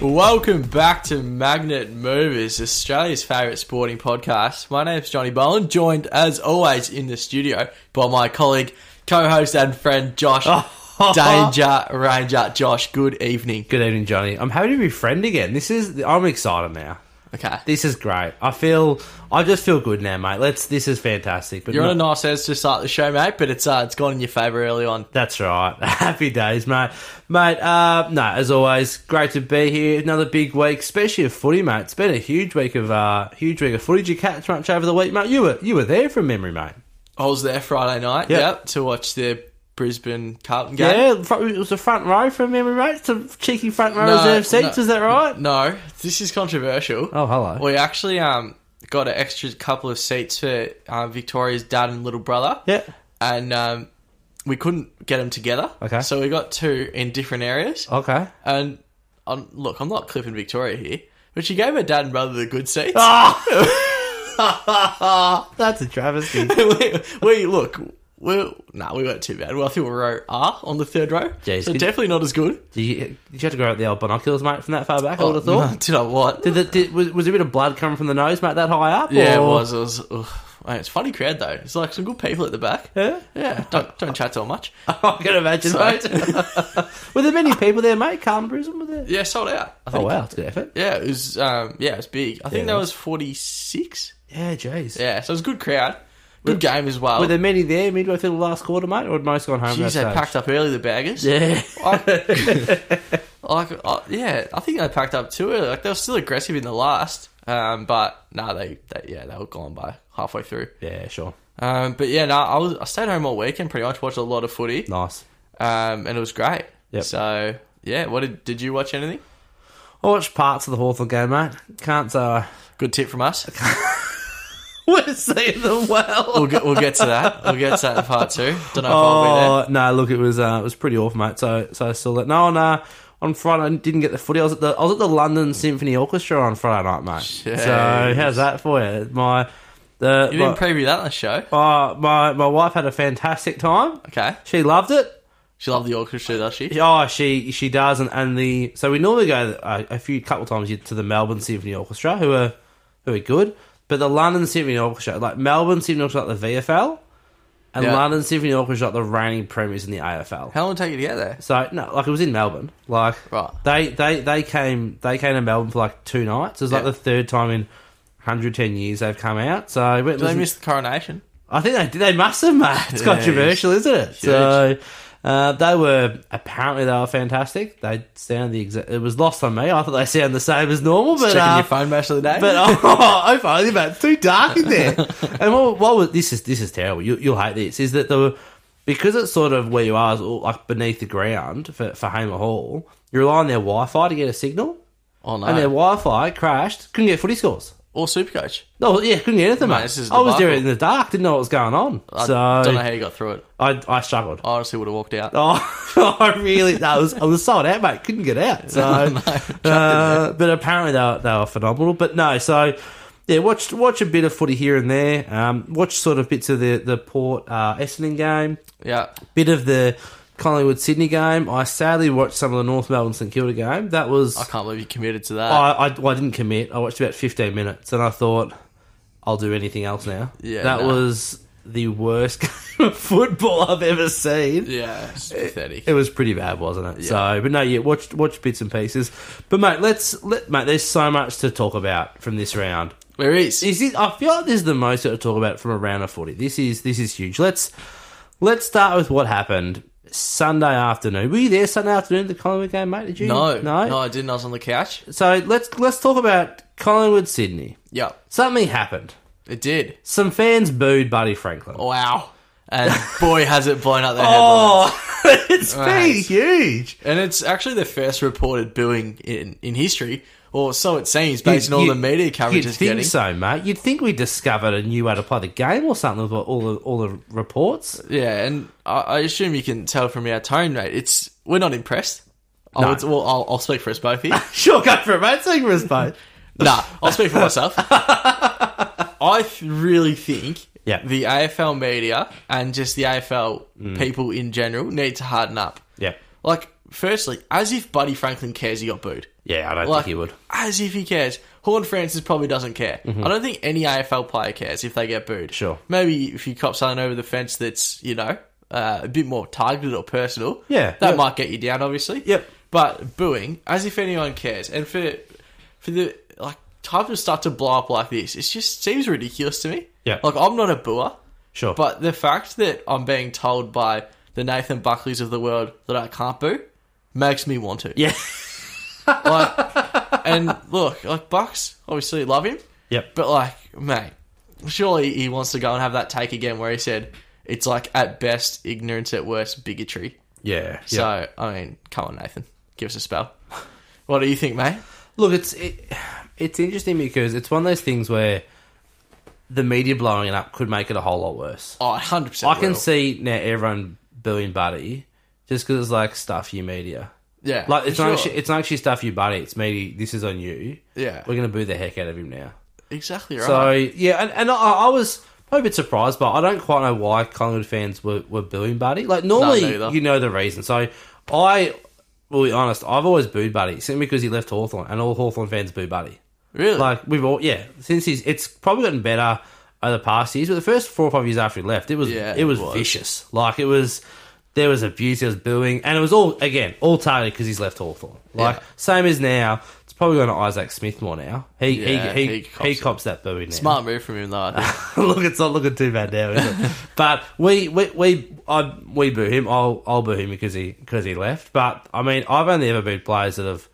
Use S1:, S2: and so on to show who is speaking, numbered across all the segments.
S1: Welcome back to Magnet Movers, Australia's favourite sporting podcast. My name's Johnny Boland, joined as always in the studio by my colleague, co host, and friend Josh Danger Ranger. Josh, good evening.
S2: Good evening, Johnny. I'm happy to be friend again. This is I'm excited now.
S1: Okay.
S2: This is great. I feel I just feel good now, mate. Let's this is fantastic. But
S1: You're
S2: no-
S1: on a nice edge to start the show, mate, but it's uh, it's gone in your favour early on.
S2: that's right. Happy days, mate. Mate, uh, no, as always, great to be here. Another big week, especially of footy, mate. It's been a huge week of uh huge week of footy. Did you catch much over the week, mate? You were you were there from memory, mate.
S1: I was there Friday night,
S2: Yep.
S1: yep, to watch the Brisbane Carlton game.
S2: Yeah, fr- it was a front row from memory, mate. Some cheeky front row
S1: No,
S2: reserve seats,
S1: no.
S2: is that right?
S1: No, this is controversial.
S2: Oh, hello.
S1: We actually um got an extra couple of seats for uh, Victoria's dad and little brother.
S2: Yeah.
S1: And um, we couldn't get them together.
S2: Okay. Oh.
S1: So we got two in different areas.
S2: Okay.
S1: And um, look, I'm not clipping Victoria here, but she gave her dad and brother the good seats.
S2: Ah. That's a travesty.
S1: we, we look. We nah, we weren't too bad. Well, I think we were row R on the third row.
S2: Jeez,
S1: so
S2: could-
S1: definitely not as good.
S2: Did you, did you have to go out the old binoculars, mate, from that far back? I would have
S1: Oh, No,
S2: thought.
S1: did I what?
S2: Did the, did, was, was a bit of blood coming from the nose, mate, that high up?
S1: yeah, it
S2: or-
S1: was. It was. ugh. Mate, it's a funny crowd though. It's like some good people at the back.
S2: Yeah?
S1: Yeah, don't don't chat so much.
S2: I can imagine,
S1: Sorry.
S2: mate. were there many people there, mate? Carlton Brisbane were there?
S1: Yeah, sold out. I
S2: Oh,
S1: think.
S2: wow, that's a good effort.
S1: Yeah, it was. Um, yeah, it was big. I think
S2: Yeah,
S1: that
S2: that's-
S1: was forty six.
S2: Yeah, jeez.
S1: Yeah, so it was a good crowd, good game as well.
S2: Were there many there midway through the last quarter, mate, or had most gone home at
S1: Jeez, they
S2: that stage?
S1: packed up early. The baggers.
S2: Yeah.
S1: Like, like, uh, yeah, I think they packed up too early. Like they were still aggressive in the last, um, but no, they, they yeah they were gone by halfway through.
S2: Yeah, sure.
S1: Um, but yeah, no, I was I stayed home all weekend pretty much, watched a lot of footy,
S2: Nice.
S1: um, and it was great.
S2: Yep.
S1: So yeah, what did did you watch anything?
S2: I watched parts of the Hawthorn game, mate. Can't say I...
S1: Good tip from us.
S2: We're seeing them well.
S1: We'll get we'll get to that. We'll get to that in part two. Don't know if I'll be there.
S2: Oh no! Look, it was uh, it was pretty awful, mate. So so I saw that. No, on uh, on Friday I didn't get the footy. I was at the I was at the London Symphony Orchestra on Friday night, mate. So
S1: Jeez.
S2: how's that for you? My the
S1: You
S2: my,
S1: didn't preview that on the show.
S2: uh, my my wife had a fantastic time.
S1: Okay.
S2: She loved it.
S1: She loved the orchestra, does she?
S2: Oh, she she does, and, and the so we normally go uh, a, a few couple times to the Melbourne Symphony Orchestra, who are who are good, but the London Symphony Orchestra, like Melbourne Symphony Orchestra, like the VFL, and
S1: Yeah.
S2: London Symphony Orchestra, like the reigning premiers in the AFL.
S1: How long did it take you to get there?
S2: So no, like it was in Melbourne. Like
S1: Right.
S2: they they they came they came to Melbourne for like two nights. It was like
S1: Yeah.
S2: the third time in 110 years they've come out. So I went.
S1: Did they
S2: listen-
S1: miss the coronation?
S2: I think they did. They must have, mate. It's
S1: Jeez.
S2: controversial, isn't it? So uh, they were apparently they were fantastic. They sounded the exact. It was lost on me. I thought they sounded the same as normal, but
S1: Checking
S2: uh,
S1: your phone most of the day.
S2: but oh, oh, finally, mate, it's too dark in there. and what, what was this is this is terrible. You, you'll hate this. Is that the because it's sort of where you are, is all, like beneath the ground for for Hamer Hall. You rely on their Wi-Fi to get a signal,
S1: oh no.
S2: and their Wi-Fi crashed. Couldn't get footy scores.
S1: or Supercoach.
S2: No, yeah, couldn't get anything,
S1: Mate,
S2: mate.
S1: this is
S2: I was there
S1: debacle.
S2: in the dark, didn't know what was going on.
S1: I
S2: so
S1: don't know how you got through it.
S2: I, I struggled.
S1: I honestly would have walked out.
S2: Oh, I really, that was, I was sold out, mate. Couldn't get out. So, uh, but apparently they were, they were phenomenal. But no, so yeah, watch watch a bit of footy here and there. Um, watch sort of bits of the the Port uh, Essendon game,
S1: Yeah.
S2: bit of the Collingwood Sydney game. I sadly watched some of the North Melbourne St Kilda game. That was
S1: I can't believe you committed to that.
S2: I, I, well, I didn't commit. I watched about 15 minutes and I thought, I'll do anything else now.
S1: Yeah,
S2: That
S1: nah.
S2: was the worst game of football I've ever seen.
S1: yeah. It's pathetic.
S2: It was pretty bad, wasn't it? So, but no, yeah, watch watch bits and pieces. But mate, let's let mate. There's so much to talk about from this round.
S1: Where is?
S2: Is this, I feel like this is the most to talk about from a round of footy. This is this is huge. Let's let's start with what happened Sunday afternoon. Were you there Sunday afternoon at the Collingwood game, mate? Did you?
S1: No, no. I didn't. I was on the couch.
S2: So let's let's talk about Collingwood Sydney.
S1: Yeah.
S2: Something happened.
S1: It did.
S2: Some fans booed Buddy Franklin.
S1: Wow. And boy, has it blown up the headlines.
S2: Oh, it's been
S1: Right.
S2: huge.
S1: And it's actually the first reported booing in, in history, or so it seems, based
S2: You-
S1: on all
S2: you-
S1: the media coverage
S2: You'd
S1: it's
S2: think
S1: getting.
S2: so, mate. You'd think we discovered a new way to play the game or something with all the all the reports.
S1: Yeah, and I, I assume you can tell from our tone, mate. It's we're not impressed.
S2: No.
S1: I'll, it's- well, I'll, I'll speak for us both here.
S2: Sure, go for it, mate. Sing for us, mate.
S1: nah, I'll speak for myself. I th- really think
S2: Yeah. Mm.
S1: the AFL media and just the AFL people in general need to harden up.
S2: Yeah.
S1: Like, firstly, as if Buddy Franklin cares he got booed.
S2: Yeah, I don't
S1: Like,
S2: think he would. Mm-hmm.
S1: As if he cares. Horn Francis probably doesn't care. I don't think any AFL player cares if they get booed.
S2: Sure.
S1: Maybe if you cop something over the fence that's, you know, uh, a bit more targeted or personal.
S2: Yeah,
S1: That
S2: yeah.
S1: might get you down, obviously.
S2: Yep.
S1: But booing, as if anyone cares. And for for the like type of stuff to blow up like this, it just seems ridiculous to me.
S2: Yeah.
S1: Like I'm not a booer.
S2: Sure.
S1: But the fact that I'm being told by the Nathan Buckleys of the world that I can't boo makes me want to.
S2: yeah.
S1: Like, and look, like Bucks obviously love him,
S2: Yep.
S1: but like, mate, surely he wants to go and have that take again where he said it's like at best ignorance, at worst bigotry.
S2: Yeah. yeah.
S1: So I mean, come on, Nathan, give us a spell. What do you think, mate?
S2: Look, it's it, it's interesting because it's one of those things where the media blowing it up could make it a whole lot worse.
S1: Oh, 100 percent.
S2: I can see now everyone booing Buddy just because it's like stuff you media.
S1: yeah,
S2: Like it's
S1: for
S2: not
S1: sure.
S2: actually, it's not actually stuff you buddy. It's me. This is on you.
S1: Yeah.
S2: we're gonna boo the heck out of him now.
S1: exactly right.
S2: So yeah, and, and I, I was a bit surprised, but I don't quite know why Collingwood fans were, were booing Buddy. Like normally,
S1: neither.
S2: you know the reason. So I will be honest. I've always booed Buddy simply because he left Hawthorn, and all Hawthorn fans boo Buddy.
S1: really,
S2: Like we've all yeah. Since he's it's probably gotten better over the past years, but the first four or five years after he left, it was
S1: Yeah,
S2: it was,
S1: it was.
S2: vicious. Like it was there was abuse, there was booing, and it was all again all targeted because he's left Hawthorn. Like
S1: Yeah.
S2: same as now. It's probably going to Isaac Smith more now. He
S1: Yeah,
S2: he, he,
S1: he
S2: he,
S1: cops
S2: cops,
S1: it.
S2: that booing now.
S1: smart move from him though. I think.
S2: look, it's not looking too bad now, is it? but we we we I, we boo him. I'll I'll boo him because he because he left. But I mean, I've only ever booed players that have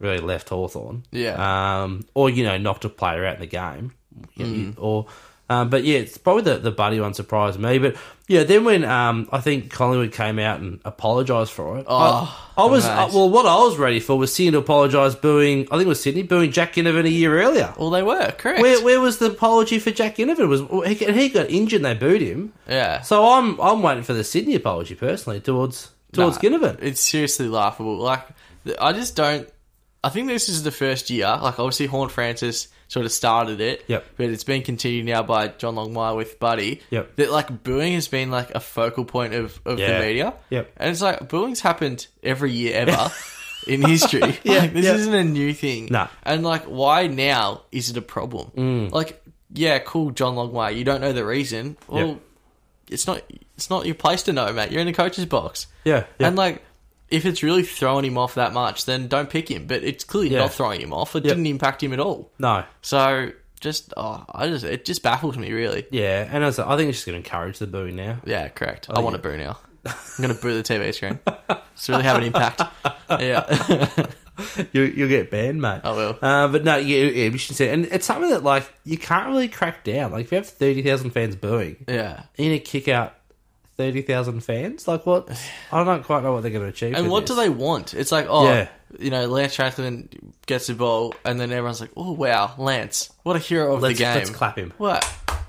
S2: really left Hawthorn.
S1: Yeah. Mm.
S2: Um. Or you know, knocked a player out in the game. You- you- Or. Um, but yeah, it's probably the, the buddy one surprised me. But yeah, then when um, I think Collingwood came out and apologised for it,
S1: Oh,
S2: I, I was
S1: amazing.
S2: well. What I was ready for was Sydney to apologise, booing. I think it was Sydney booing Jack Ginnivan a year earlier.
S1: well, they were correct.
S2: Where, where was the apology for Jack Inovan? Was he, he got injured? and They booed him.
S1: yeah,
S2: So I'm I'm waiting for the Sydney apology personally towards
S1: Nah,
S2: towards Ginnivan.
S1: It's seriously laughable. Like, th- I just don't. I think this is the first year. Like, obviously, Horn Francis sort of started it.
S2: Yep.
S1: But it's been continued now by John Longmire with Buddy.
S2: Yep.
S1: That, like, booing has been, like, a focal point of, of
S2: Yeah.
S1: the media.
S2: Yep.
S1: And it's like, booing's happened every year ever in history.
S2: Yeah,
S1: Like, this
S2: yeah.
S1: isn't a new thing.
S2: Nah. Mm.
S1: And, like, why now is it a problem? Like, yeah, cool, John Longmire. You don't know the reason. Well, it's not it's not your place to know, mate. You're in the coach's box.
S2: Yeah, yeah.
S1: And like, if it's really throwing him off that much, then don't pick him. But it's clearly
S2: Yeah.
S1: not throwing him off. It
S2: Yep.
S1: didn't impact him at all.
S2: No,
S1: So just, oh, I just it just baffles me really.
S2: yeah, and as I I think it's just going to encourage the booing now.
S1: Yeah, correct. I want to boo now. I'm gonna boo the TV screen. It's really have an impact. Yeah,
S2: You you'll get banned, mate.
S1: I will.
S2: Uh, but no, yeah, yeah, we should say, and it's something that like you can't really crack down. Like if you have thirty thousand fans booing,
S1: yeah.
S2: are you going to kick out thirty thousand fans? Like what? I don't quite know what they're going to achieve.
S1: And
S2: with
S1: what
S2: this.
S1: do they want? It's like, oh,
S2: Yeah.
S1: you know, Lance Franklin gets the ball, and then everyone's like, oh wow, Lance, what a hero of
S2: Let's,
S1: the game.
S2: let's clap him.
S1: What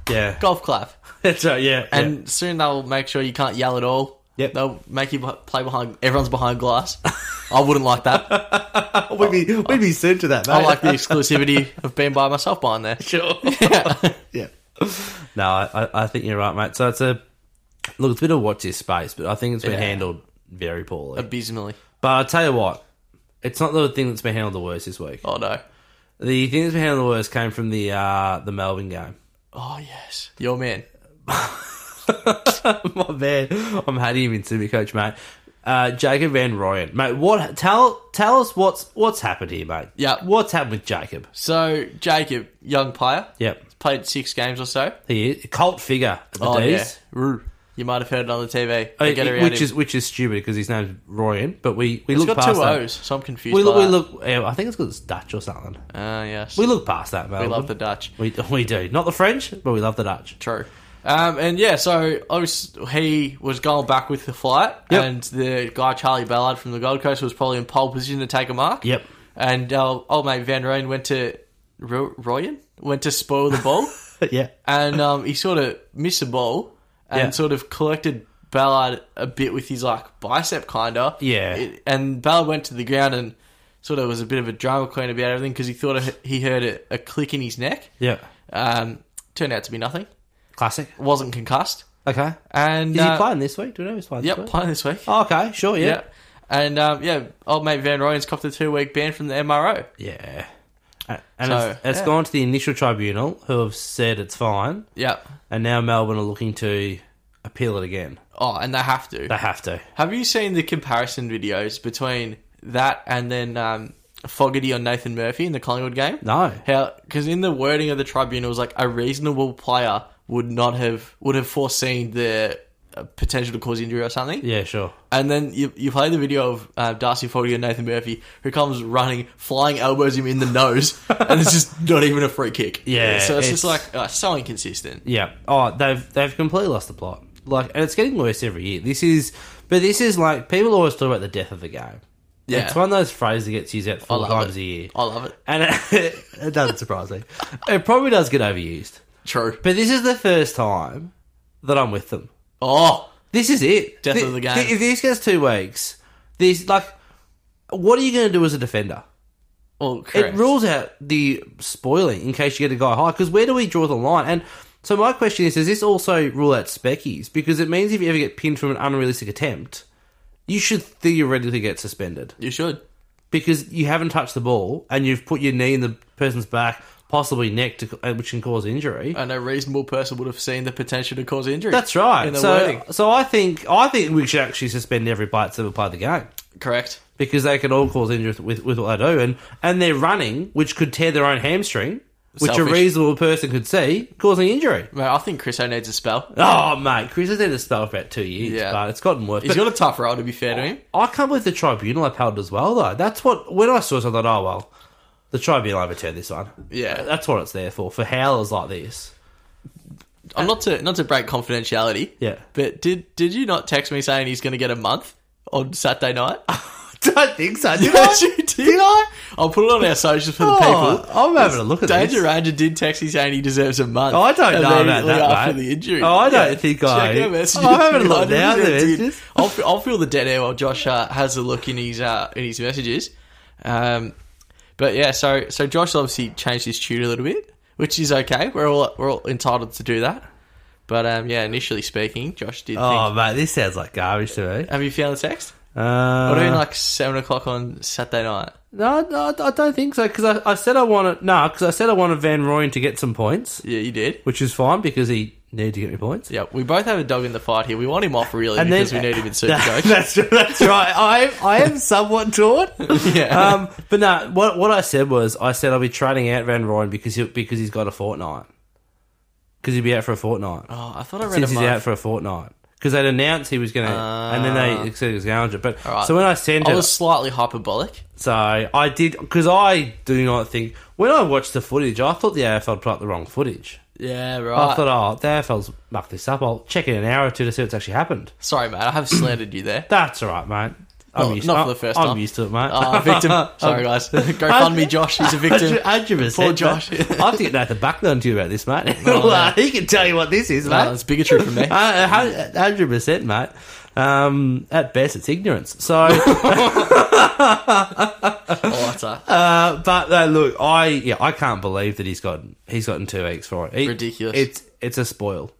S2: Yeah,
S1: golf clap?
S2: that's right. Yeah, yeah.
S1: And soon they'll make sure you can't yell at all.
S2: Yep.
S1: They'll make you beh- play behind. Everyone's behind glass. I wouldn't like that.
S2: we'd be we'd be soon to that. Mate.
S1: Oh. I like the exclusivity of being by myself behind there.
S2: sure. yeah. No, I, I- I think you're right, mate. So it's a look. It's a bit of watch this space, but I think it's been
S1: Yeah.
S2: handled very poorly.
S1: Abysmally.
S2: but I will tell you what, it's not the thing that's been handled the worst this week.
S1: Oh no.
S2: The thing that's been handled the worst came from the uh, the Melbourne game.
S1: Oh yes. Your man.
S2: My man, I'm hating him in Super Coach, mate. Uh, Jacob Van Ryan, mate. What? Tell tell us what's what's happened here, mate.
S1: Yeah.
S2: what's happened with Jacob?
S1: So Jacob, young player.
S2: Yep,
S1: Played six games or so.
S2: he is a cult figure. At the
S1: Oh yeah.
S2: D's.
S1: Roo. You might have heard it on the TV.
S2: Uh,
S1: They get around
S2: which
S1: him.
S2: is which is stupid because his name's Ryan, but we we
S1: It's
S2: look
S1: got
S2: past
S1: two
S2: that.
S1: O's, so I'm confused.
S2: We
S1: by
S2: look, we
S1: that.
S2: look. eh, I think it's because it's Dutch or something.
S1: Ah, yes.
S2: We look past that, man.
S1: we love the Dutch.
S2: We, we do not the French, but we love the Dutch.
S1: True. Um, and yeah, so obviously he was going back with the flight,
S2: Yep.
S1: and the guy Charlie Ballard from the Gold Coast was probably in pole position to take a mark.
S2: Yep.
S1: And uh, old mate Van Rijn went to Ro- Royan went to spoil the ball,
S2: yeah,
S1: and um, he sort of missed the ball and
S2: Yeah.
S1: sort of collected Ballard a bit with his like bicep, kinda.
S2: Yeah.
S1: It- and Ballard went to the ground and sort of was a bit of a drama queen about everything because he thought he heard a, a click in his neck.
S2: yeah.
S1: Um, turned out to be nothing
S2: Classic.
S1: wasn't concussed.
S2: Okay.
S1: And
S2: Is
S1: uh,
S2: he playing this week? Do we know he's playing?
S1: Yep,
S2: This week?
S1: playing this week.
S2: Oh, okay. Sure. Yeah.
S1: yeah. And um, yeah, old mate Van Rooyen's copped a two week ban from the MRO.
S2: Yeah. A- And
S1: So,
S2: it's, it's
S1: yeah.
S2: gone to the initial tribunal, who have said it's fine,
S1: Yeah.
S2: and now Melbourne are looking to appeal it again.
S1: Oh, and they have to.
S2: They have to.
S1: Have you seen the comparison videos between that and then um, Fogarty on Nathan Murphy in the Collingwood game?
S2: No.
S1: How? Because in the wording of the tribunal, it was like a reasonable player would not have would have foreseen the uh, potential to cause injury or something.
S2: Yeah, sure.
S1: And then you, you play the video of uh, Darcy Fogarty and Nathan Murphy, who comes running, flying elbows him in the nose, and it's just not even a free kick.
S2: Yeah,
S1: so it's,
S2: it's-
S1: just like uh, so inconsistent.
S2: Yeah. Oh, they've they've completely lost the plot. Like, and it's getting worse every year. This is, but this is like people always talk about the death of the game.
S1: Yeah.
S2: It's one of those phrases that gets used
S1: I
S2: out four
S1: love
S2: times
S1: it.
S2: a year,
S1: I love it.
S2: and it, it doesn't surprise me. It probably does get overused,
S1: True.
S2: but this is the first time that I'm with them.
S1: Oh,
S2: This is it.
S1: Death
S2: Thi-
S1: of the game.
S2: thi- If this gets two weeks, this like, what are you going to do as a defender?
S1: well, correct.
S2: It rules out the spoiling in case you get a guy high. Because where do we draw the line? And so my question is: Does this also rule out speckies? Because it means if you ever get pinned from an unrealistic attempt, you should theoretically get suspended
S1: you should.
S2: because you haven't touched the ball and you've put your knee in the person's back, possibly neck, to, uh, which can cause injury.
S1: And a reasonable person would have seen the potential to cause injury.
S2: That's right.
S1: In the
S2: So,
S1: wording.
S2: so I think I think we should actually suspend every player that's ever played the game.
S1: Correct.
S2: because they can all cause injury with, with what they do, and and they're running, which could tear their own hamstring, which
S1: Selfish.
S2: a reasonable person could see causing injury.
S1: Mate, I think Chris needs a spell.
S2: Oh mate, Chris has had a spell for about two years,
S1: Yeah.
S2: but it's gotten worse.
S1: He's
S2: But
S1: got a tough role, to be fair to him.
S2: I can't believe the tribunal upheld as well, though. That's what when I saw, it, I thought, oh well, the tribunal overturned this one.
S1: Yeah.
S2: that's what it's there for for howlers like this.
S1: I'm not to not to break confidentiality.
S2: Yeah.
S1: But did did you not text me saying he's going to get a month on Saturday night?
S2: Don't think so. Did
S1: Yes, you did. I? will put it on our socials for the
S2: Oh,
S1: people.
S2: I'm having a look at
S1: Danger
S2: this.
S1: Ranger did text me saying he deserves a month.
S2: Oh, I don't know about
S1: immediately
S2: that,
S1: after
S2: mate.
S1: the injury.
S2: Oh, I don't think I-
S1: Check our messages.
S2: Oh, I'm having a look
S1: I didn't
S2: now,
S1: do
S2: the
S1: it, dude.
S2: messages.
S1: I'll, f- I'll feel the dead air while Josh uh, has a look in his uh, in his messages. Um, but yeah, so so Josh obviously changed his tune a little bit, which is okay. We're all we're all entitled to do that. But um, yeah, initially speaking, Josh did.
S2: Oh
S1: think...
S2: mate, this sounds like garbage to me.
S1: Have you found the text?
S2: Uh,
S1: I doing like seven o'clock on Saturday night.
S2: No, no, I don't think so. Because I, I said I wanted no, because I said I wanted Van Rooyen to get some points,
S1: Yeah, you did.
S2: which is fine because he needed to get me points.
S1: Yeah, we both have a dog in the fight here. We want him off really
S2: And then-
S1: because we need him in super coach.
S2: that's that's right. I I am somewhat torn.
S1: yeah,
S2: um, but no, what what I said was I said I'll be trading out Van Rooyen because he because he's got a fortnight because he'd be out for a fortnight
S1: oh, I thought I read
S2: since
S1: a
S2: he's out
S1: month.
S2: for a fortnight because they'd announced he was going to and then they said he was going to. But
S1: Ah. right.
S2: so when I sent
S1: I
S2: it,
S1: was slightly hyperbolic.
S2: So I did because I do not think when I watched the footage, I thought the AFL put up the wrong footage.
S1: Yeah,
S2: I
S1: right.
S2: thought, oh, the AFL's mucked this up. I'll check in an hour or two to see what's actually happened.
S1: Sorry, mate. I have slandered you there.
S2: That's all right, mate. I'm
S1: Not-
S2: used
S1: not
S2: I-
S1: for the first
S2: I'm
S1: time.
S2: used to it, mate.
S1: Oh, victim.
S2: Um,
S1: Sorry, guys. Go fund me, Josh. He's a victim.
S2: Hundred
S1: Poor
S2: percent,
S1: Josh. uh,
S2: mate. I have to get Nathan Buckland to you about this, mate.
S1: man.
S2: he can tell you what this is,
S1: Oh,
S2: mate. Uh,
S1: that's bigotry from me.
S2: Hundred percent, mate. Um, at best, it's ignorance. So.
S1: Oh, that's a-
S2: Uh, but uh, look, I yeah, I can't believe that he's gotten he's gotten two weeks for it. He-
S1: Ridiculous.
S2: It's it's a spoil.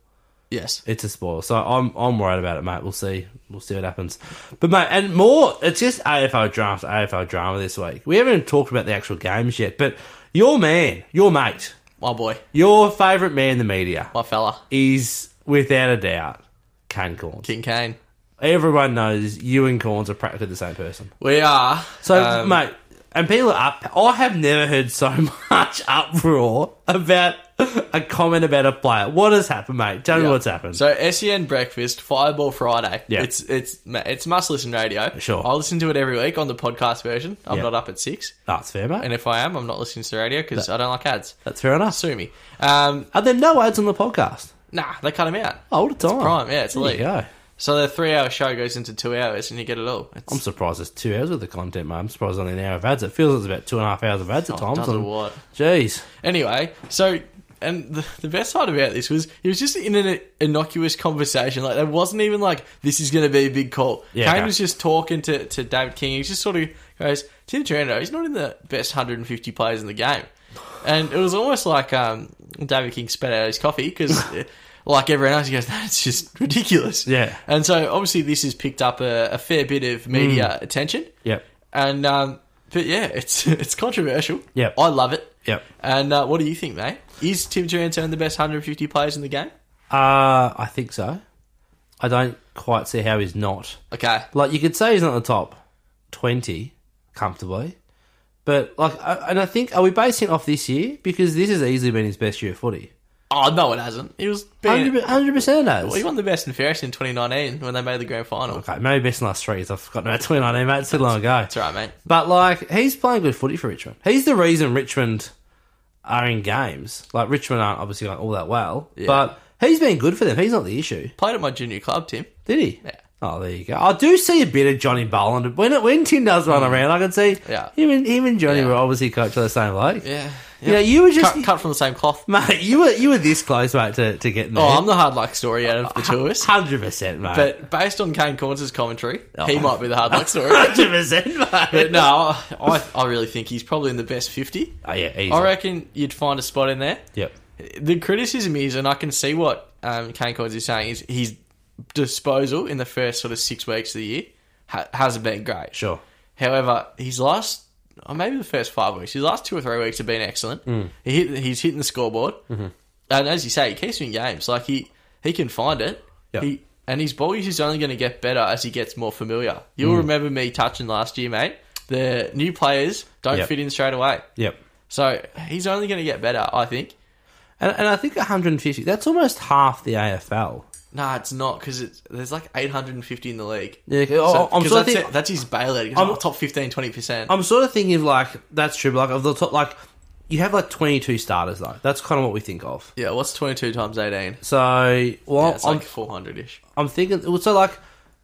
S1: yes.
S2: It's a spoil. So I'm I'm worried about it, mate. We'll see. We'll see what happens. But mate, and more. It's just AFL draft, AFL drama this week. We haven't even talked about the actual games yet. But your man, your mate,
S1: My boy.
S2: your favourite man in the media
S1: My fella.
S2: is without a doubt Kane Corns.
S1: King Kane.
S2: Everyone knows you and Corns are practically the same person.
S1: We are.
S2: So,
S1: um,
S2: mate, and people are up. I have never heard so much uproar about a comment about a player. What has happened, mate? Tell me
S1: yeah.
S2: what's happened.
S1: So SEN breakfast, Fireball Friday.
S2: Yeah.
S1: It's it's ma- it's must listen radio.
S2: Sure.
S1: I listen to it every week on the podcast version. I'm
S2: Yeah.
S1: not up at six,
S2: That's fair, mate.
S1: and if I am, I'm not listening to the radio because I don't like ads.
S2: That's fair enough.
S1: Sue me. Um,
S2: Are there no ads on the podcast?
S1: nah, they cut him out.
S2: All the time.
S1: Prime, yeah, it's
S2: there you
S1: elite.
S2: go.
S1: So the three-hour show goes into two hours, and you get it all. It's,
S2: I'm surprised it's two hours of the content, mate. I'm surprised only an hour of ads. It feels like it's about two and a half hours of ads at
S1: oh,
S2: times.
S1: does it
S2: and-
S1: what?
S2: Jeez.
S1: Anyway, so and the, the best part about this was it was just in an innocuous conversation. Like there wasn't even like this is going to be a big call.
S2: Yeah,
S1: Kane
S2: okay.
S1: was just talking to, to David King. He just sort of goes, Tim Trando, he's not in the best 150 players in the game, and it was almost like um, David King spat out his coffee because. like everyone else, he goes, that's just ridiculous.
S2: Yeah.
S1: And so obviously this has picked up a, a fair bit of
S2: Mm.
S1: media attention.
S2: Yep.
S1: And um, but yeah, it's it's controversial.
S2: Yep.
S1: I love it.
S2: Yep.
S1: And uh, what do you think, mate? Is Tim Duranton the best 150 players in the game?
S2: Uh, I think so. I don't quite see how he's not.
S1: Okay.
S2: Like you could say he's not the top twenty comfortably, but like, I- and I think are we basing it off this year because this has easily been his best year of footy.
S1: Oh no, it hasn't. He was being,
S2: Hundred percent Oh. has.
S1: he won the best and fairest in 2019 when they made the grand final.
S2: Okay, maybe best in the last three years. I've forgotten about 2019, mate. It's too long ago.
S1: That's all right, mate.
S2: But like, he's playing good footy for Richmond. He's the reason Richmond are in games. Like Richmond aren't obviously going all that well, but he's been good for them. He's not the issue,
S1: Played at my junior club, Tim.
S2: did he?
S1: Yeah.
S2: Oh, there you go. I do see a bit of Johnny Boland when when Tim does run around. I can see
S1: Mm. Yeah.
S2: him and him and Johnny
S1: Yeah.
S2: were obviously coached by the same bloke.
S1: Yeah.
S2: You know, you were just
S1: Cut, cut from the same cloth.
S2: mate. You were you were this close, mate, to, to getting there.
S1: Oh, I'm the hard luck story out of the two of us.
S2: hundred percent, mate.
S1: But based on Kane Corns' commentary, he
S2: Oh.
S1: might be the hard luck story.
S2: hundred percent, mate.
S1: but no, I, I really think he's probably in the best 50.
S2: oh, yeah, easy.
S1: I reckon you'd find a spot in there.
S2: Yep.
S1: The criticism is, and I can see what um, Kane Corns is saying, is his disposal in the first sort of six weeks of the year ha- hasn't been great.
S2: Sure.
S1: However, his last, or maybe the first five weeks, his last two or three weeks have been excellent. He hit, he's hitting the scoreboard, and as you say, he keeps winning games. Like he he can find it.
S2: Yeah.
S1: He and his ball use is only going to get better as he gets more familiar. You'll remember me touching last year, mate. The new players don't
S2: Yep.
S1: fit in straight away,
S2: Yep.
S1: so he's only going to get better. I think.
S2: And, and I think 150, that's almost half the AFL.
S1: Nah, it's not because it's there's like 850 in the league.
S2: Yeah,
S1: So-
S2: oh, I'm,
S1: 'cause
S2: sort
S1: that's,
S2: of think,
S1: it- that's his bailout. He goes,
S2: I'm-
S1: "Oh, top 15, 20 percent.
S2: I'm sort of thinking of like, that's true, but like, of the top, like, you have like 22 starters, though. That's kind of what we think of.
S1: Yeah, what's 22 times 18?
S2: So, well,
S1: Yeah, it's
S2: I'm,
S1: like 400 ish.
S2: I'm thinking, so like,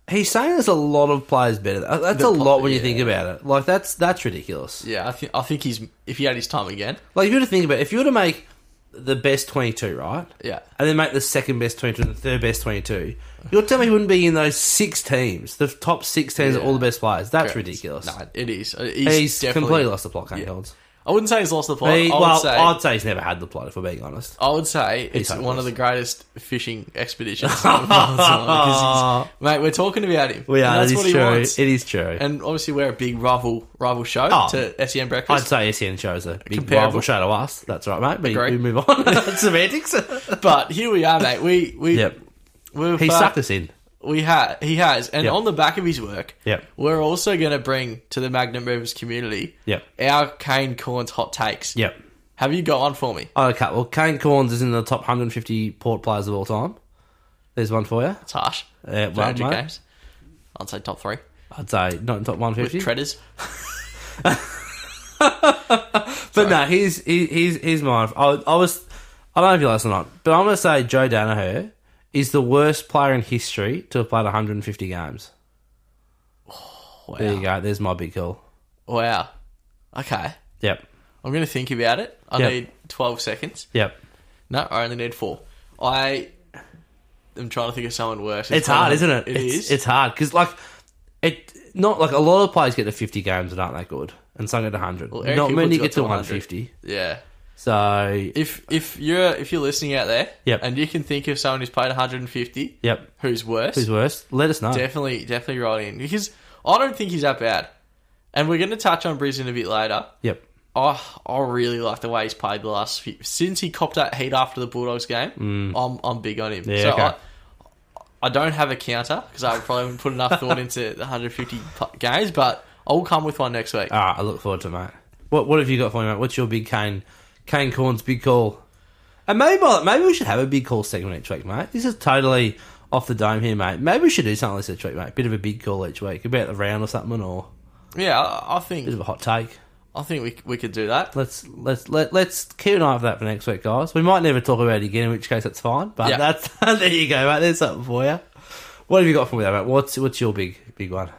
S2: he's saying there's a lot of players better. than- That's a lot when you think about it. Like, that's that's ridiculous.
S1: Yeah, I think I think he's if he had his time again.
S2: Like, if you were to think about it, if you were to make the best 22, right?
S1: Yeah.
S2: And then make the second best 22 and the third best 22, you're telling me he wouldn't be in those six teams, the top six teams of
S1: Yeah.
S2: all the best players. That's
S1: Correct.
S2: ridiculous.
S1: Nah, it is. Uh, He's,
S2: He's
S1: definitely.
S2: completely lost the plot, Kane Collins.
S1: I wouldn't say he's lost the plot.
S2: He-
S1: I would
S2: well,
S1: say.
S2: I'd say he's never had the plot, if we're being honest.
S1: I would say it's
S2: had
S1: one of
S2: lost.
S1: the greatest fishing expeditions of all time, 'cause he's- Mate, we're talking about him.
S2: We are,
S1: And
S2: it is
S1: he
S2: true.
S1: wants.
S2: It is true.
S1: And obviously, we're a big rival rival show
S2: Oh.
S1: to SEM
S2: I'd
S1: Breakfast.
S2: say SEN shows a big
S1: Comparable.
S2: rival show to us. That's right, mate. We,
S1: Agree.
S2: we move on. Semantics.
S1: But here we are, mate. We we
S2: Yep.
S1: we've,
S2: He
S1: uh,
S2: sucked us in.
S1: We ha- he has, and
S2: Yep.
S1: on the back of his work,
S2: Yep.
S1: we're also going to bring to the Magnum Movers community
S2: Yep.
S1: our Kane Corns hot takes.
S2: Yep.
S1: Have you got one for me?
S2: Okay, well, Kane Corns is in the top 150 port players of all time. There's one for you.
S1: It's harsh.
S2: Uh, well,
S1: 300
S2: mate.
S1: games. I'd say top three.
S2: I'd say not in top 150.
S1: Treaders.
S2: But no, he's he- he's he's mine. I, was- I was I don't know if you last or not, but I'm gonna say Joe Danaher is the worst player in history to have played 150 games.
S1: Wow.
S2: There you go. There's my big call.
S1: Wow. Okay.
S2: Yep.
S1: I'm going to think about it. I
S2: Yep.
S1: need 12 seconds.
S2: Yep.
S1: No, I only need four. I am trying to think of someone worse.
S2: It's hard, isn't it?
S1: It
S2: it's,
S1: is.
S2: It's hard because like it not like a lot of players get to 50 games and aren't that good, and some get to 100.
S1: Eric
S2: not
S1: Hibbert's
S2: many
S1: got
S2: get
S1: to
S2: to
S1: 100.
S2: 150.
S1: yeah.
S2: So
S1: If if you're if you're listening out there,
S2: Yep.
S1: and you can think of someone who's played 150,
S2: yep.
S1: who's worse,
S2: Who's worse? Let us know.
S1: definitely definitely write in because I don't think he's that bad. And we're going to touch on Brisbane a bit later.
S2: yep.
S1: Oh, I really like the way he's played the last few. Since he copped that heat after the Bulldogs game, I'm, I'm big on him.
S2: Mm. Yeah,
S1: so
S2: okay.
S1: I, I don't have a counter because I probably haven't put enough thought into the 150 pl- games, but I'll come with one next week.
S2: All right, Ah, I look forward to it, mate. What What have you got for me, mate? What's your big Kane Kane Corns big call? And maybe by- maybe we should have a big call segment each week, mate. This is totally off the dome here, mate. Maybe we should do something like this each week, mate. Bit of a big call each week about the round or something, or
S1: yeah, I, I
S2: bit
S1: think
S2: of a hot take.
S1: I think we we could do that.
S2: Let's let's let, let's keep an eye out for that for next week, guys. We might never talk about it again, in which case that's fine. But
S1: Yeah.
S2: that's there you go, mate. There's something for you. What have you got for me, there, mate? What's what's your big big one?